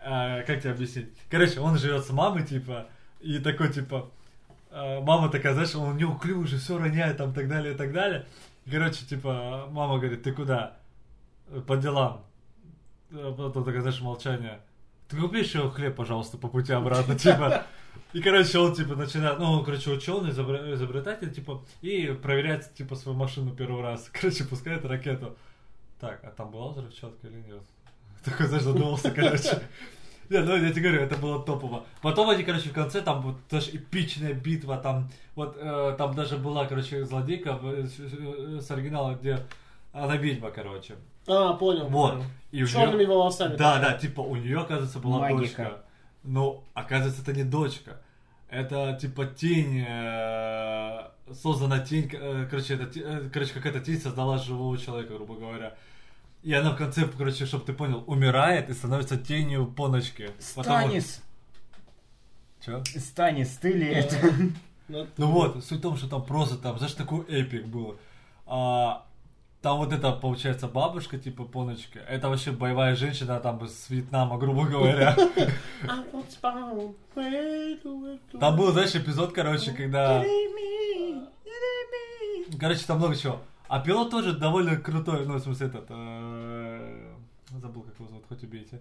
а, как тебе объяснить? Короче, он живет с мамой, типа, и такой, типа, а, мама такая, знаешь, он неуклюже все роняет, там, так далее, и так далее. И, короче, типа, мама говорит, ты куда? По делам. А Потом такая, знаешь, молчание. Ты купи еще хлеб, пожалуйста, по пути обратно, типа. И, короче, он, типа, начинает, ну, он, короче, ученый, изобр- изобретатель, типа, и проверяет, типа, свою машину первый раз. *laughs* Короче, пускает ракету. Так, а там была взрывчатка или нет? *laughs* Такой, знаешь, задумался, короче. *laughs* Не, ну я тебе говорю, это было топово. Потом они, короче, в конце, там вот тоже эпичная битва, там вот э, там даже была, короче, злодейка в- с, с оригинала, где она ведьма, короче. А, понял. Вот. понял. И у неё- Черными волосами. Да, да, типа у нее, оказывается, была Магика. дочка. Но, оказывается, это не дочка. Это типа тень, э, создана тень, э, короче, это, те- э, короче, какая-то тень создала живого человека, грубо говоря. И она в конце, короче, чтобы ты понял, умирает и становится тенью поночки. Станис! Чё? Станис, ты ли Да. это? Ну, Ну вот, суть в том, что там просто там, знаешь, такой эпик был. А, там вот эта, получается, бабушка, типа поночка. Это вообще боевая женщина там с Вьетнама, грубо говоря. I was born way to- Там был, знаешь, эпизод, короче, когда... Короче, там много чего. А пилот тоже довольно крутой, ну, в смысле, этот... э, Забыл, как его зовут, хоть убейте.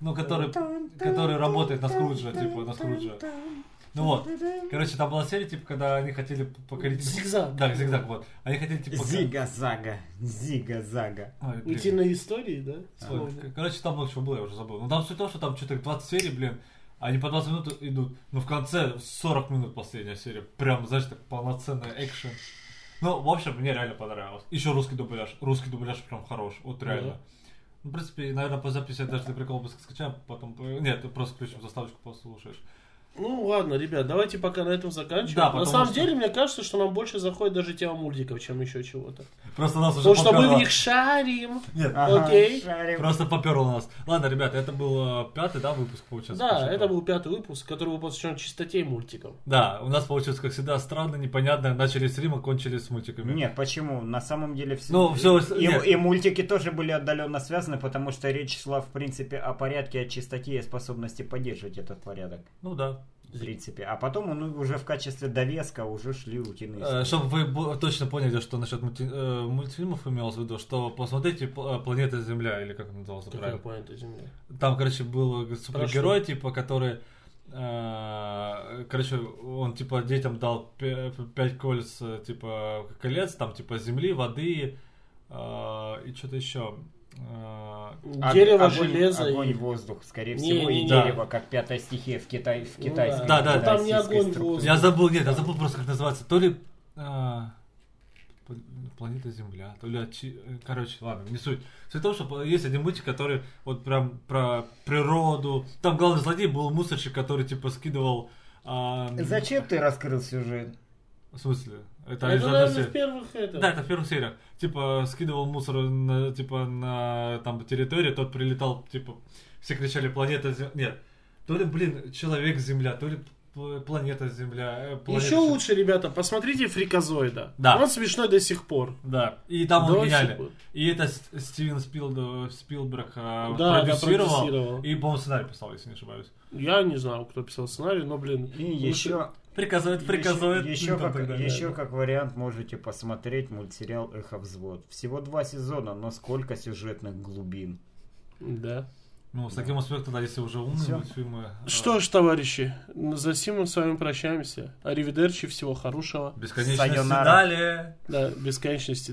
Ну, который, который работает на Скруджа, типа, на Скруджа. Ну вот. Короче, там была серия, типа, когда они хотели покорить... Зигзаг. Да, зигзаг, вот. Они хотели, типа... пока- Зига-зага, зига-зага. Ой, блин. Утиные истории, да? А. Ой, Вспомнил. к- Короче, там много чего было, я уже забыл. Ну, там суть в том, что там что-то 20 серий, блин, а они по 20 минут идут. Но в конце 40 минут последняя серия. Прям, знаешь, так полноценная экшен. Ну, в общем, мне реально понравилось. Еще русский дубляж. Русский дубляж прям хорош. Вот реально. Да. Ну, в принципе, наверное, по записи я даже для прикола бы скачаем, потом... по- Нет, ты просто включим заставочку, послушаешь. Ну ладно, ребят, давайте пока на этом заканчиваем. Да, на потому самом что- деле, мне кажется, что нам больше заходит даже тема мультиков, чем еще чего-то. Просто нас уже Потому что мы попёрло. в них шарим. Нет, Ага, Окей. шарим. просто поперло нас. Ладно, ребят, это был э, пятый, да, выпуск получается? Да, Пошёл. это был пятый выпуск, который был посвящен чистоте мультиков. Да, у нас получилось, как всегда, странно, непонятно. Начали с Рима, кончили с мультиками. Нет, почему? На самом деле все. Ну, всё, и, нет. и мультики тоже были отдаленно связаны, потому что речь шла, в принципе, о порядке, о чистоте и о способности поддерживать этот порядок. Ну да. В принципе. А потом ну, уже в качестве довеска уже шли Э, утиные. истории. Чтобы Э, вы бо- точно поняли, что насчет мульти- э, мультфильмов имелось в виду, что посмотрите пл- э, «Планета Земля» или как он назывался Какая правильно. планета Земля? Там, короче, был супергерой, типа, который... э, Короче, он, типа, детям дал пя- пять кольц, э, типа, колец, там, типа, земли, воды э, и Э, что-то еще. Ог- Дерево, огонь- железо. Огонь, и- воздух, скорее Не, всего, не, и не. дерево, как пятая стихия в, Китай, в Ну китайской. да. Да, да. Там не китайской огонь, структуре. воздух. Я забыл, нет, я забыл просто, как называется. То ли... э, пл- Планета Земля, то ли... отчи- э, Короче, ладно, не суть. Суть в том, что есть один мультик, который вот прям про природу. Там главный злодей был мусорщик, который типа скидывал... а, Зачем ты раскрыл сюжет? В смысле? Это, Это, из одной наверное, серии. в первых это. Да, это в первых сериях. Типа, скидывал мусор на, типа, на там, территорию, тот прилетал, типа, все кричали «Планета Земля». Нет, то ли, блин, Человек-Земля, то ли п- Планета Земля. э, планета Еще Земля. лучше, ребята, посмотрите Фриказоида. Да. Он смешной до сих пор. Да, и там он До сих гениальный. пор. И это С- Стивен Спилд- Спилберг э, Да, да, продюсировал, продюсировал. и, по-моему, сценарий писал, если не ошибаюсь. Я не знал, кто писал сценарий, но, блин, И еще, Приказывает, приказывает. еще, ну, там как, так далее. еще как вариант можете посмотреть мультсериал «Эхо взвод». Всего два сезона, но сколько сюжетных глубин. да. Ну, с таким успехом, тогда, если уже умные Всё. мультфильмы... э, Что ж, товарищи, за сим мы с вами прощаемся. Аривидерчи, всего хорошего. Бесконечности Сайонара. далее. До бесконечности.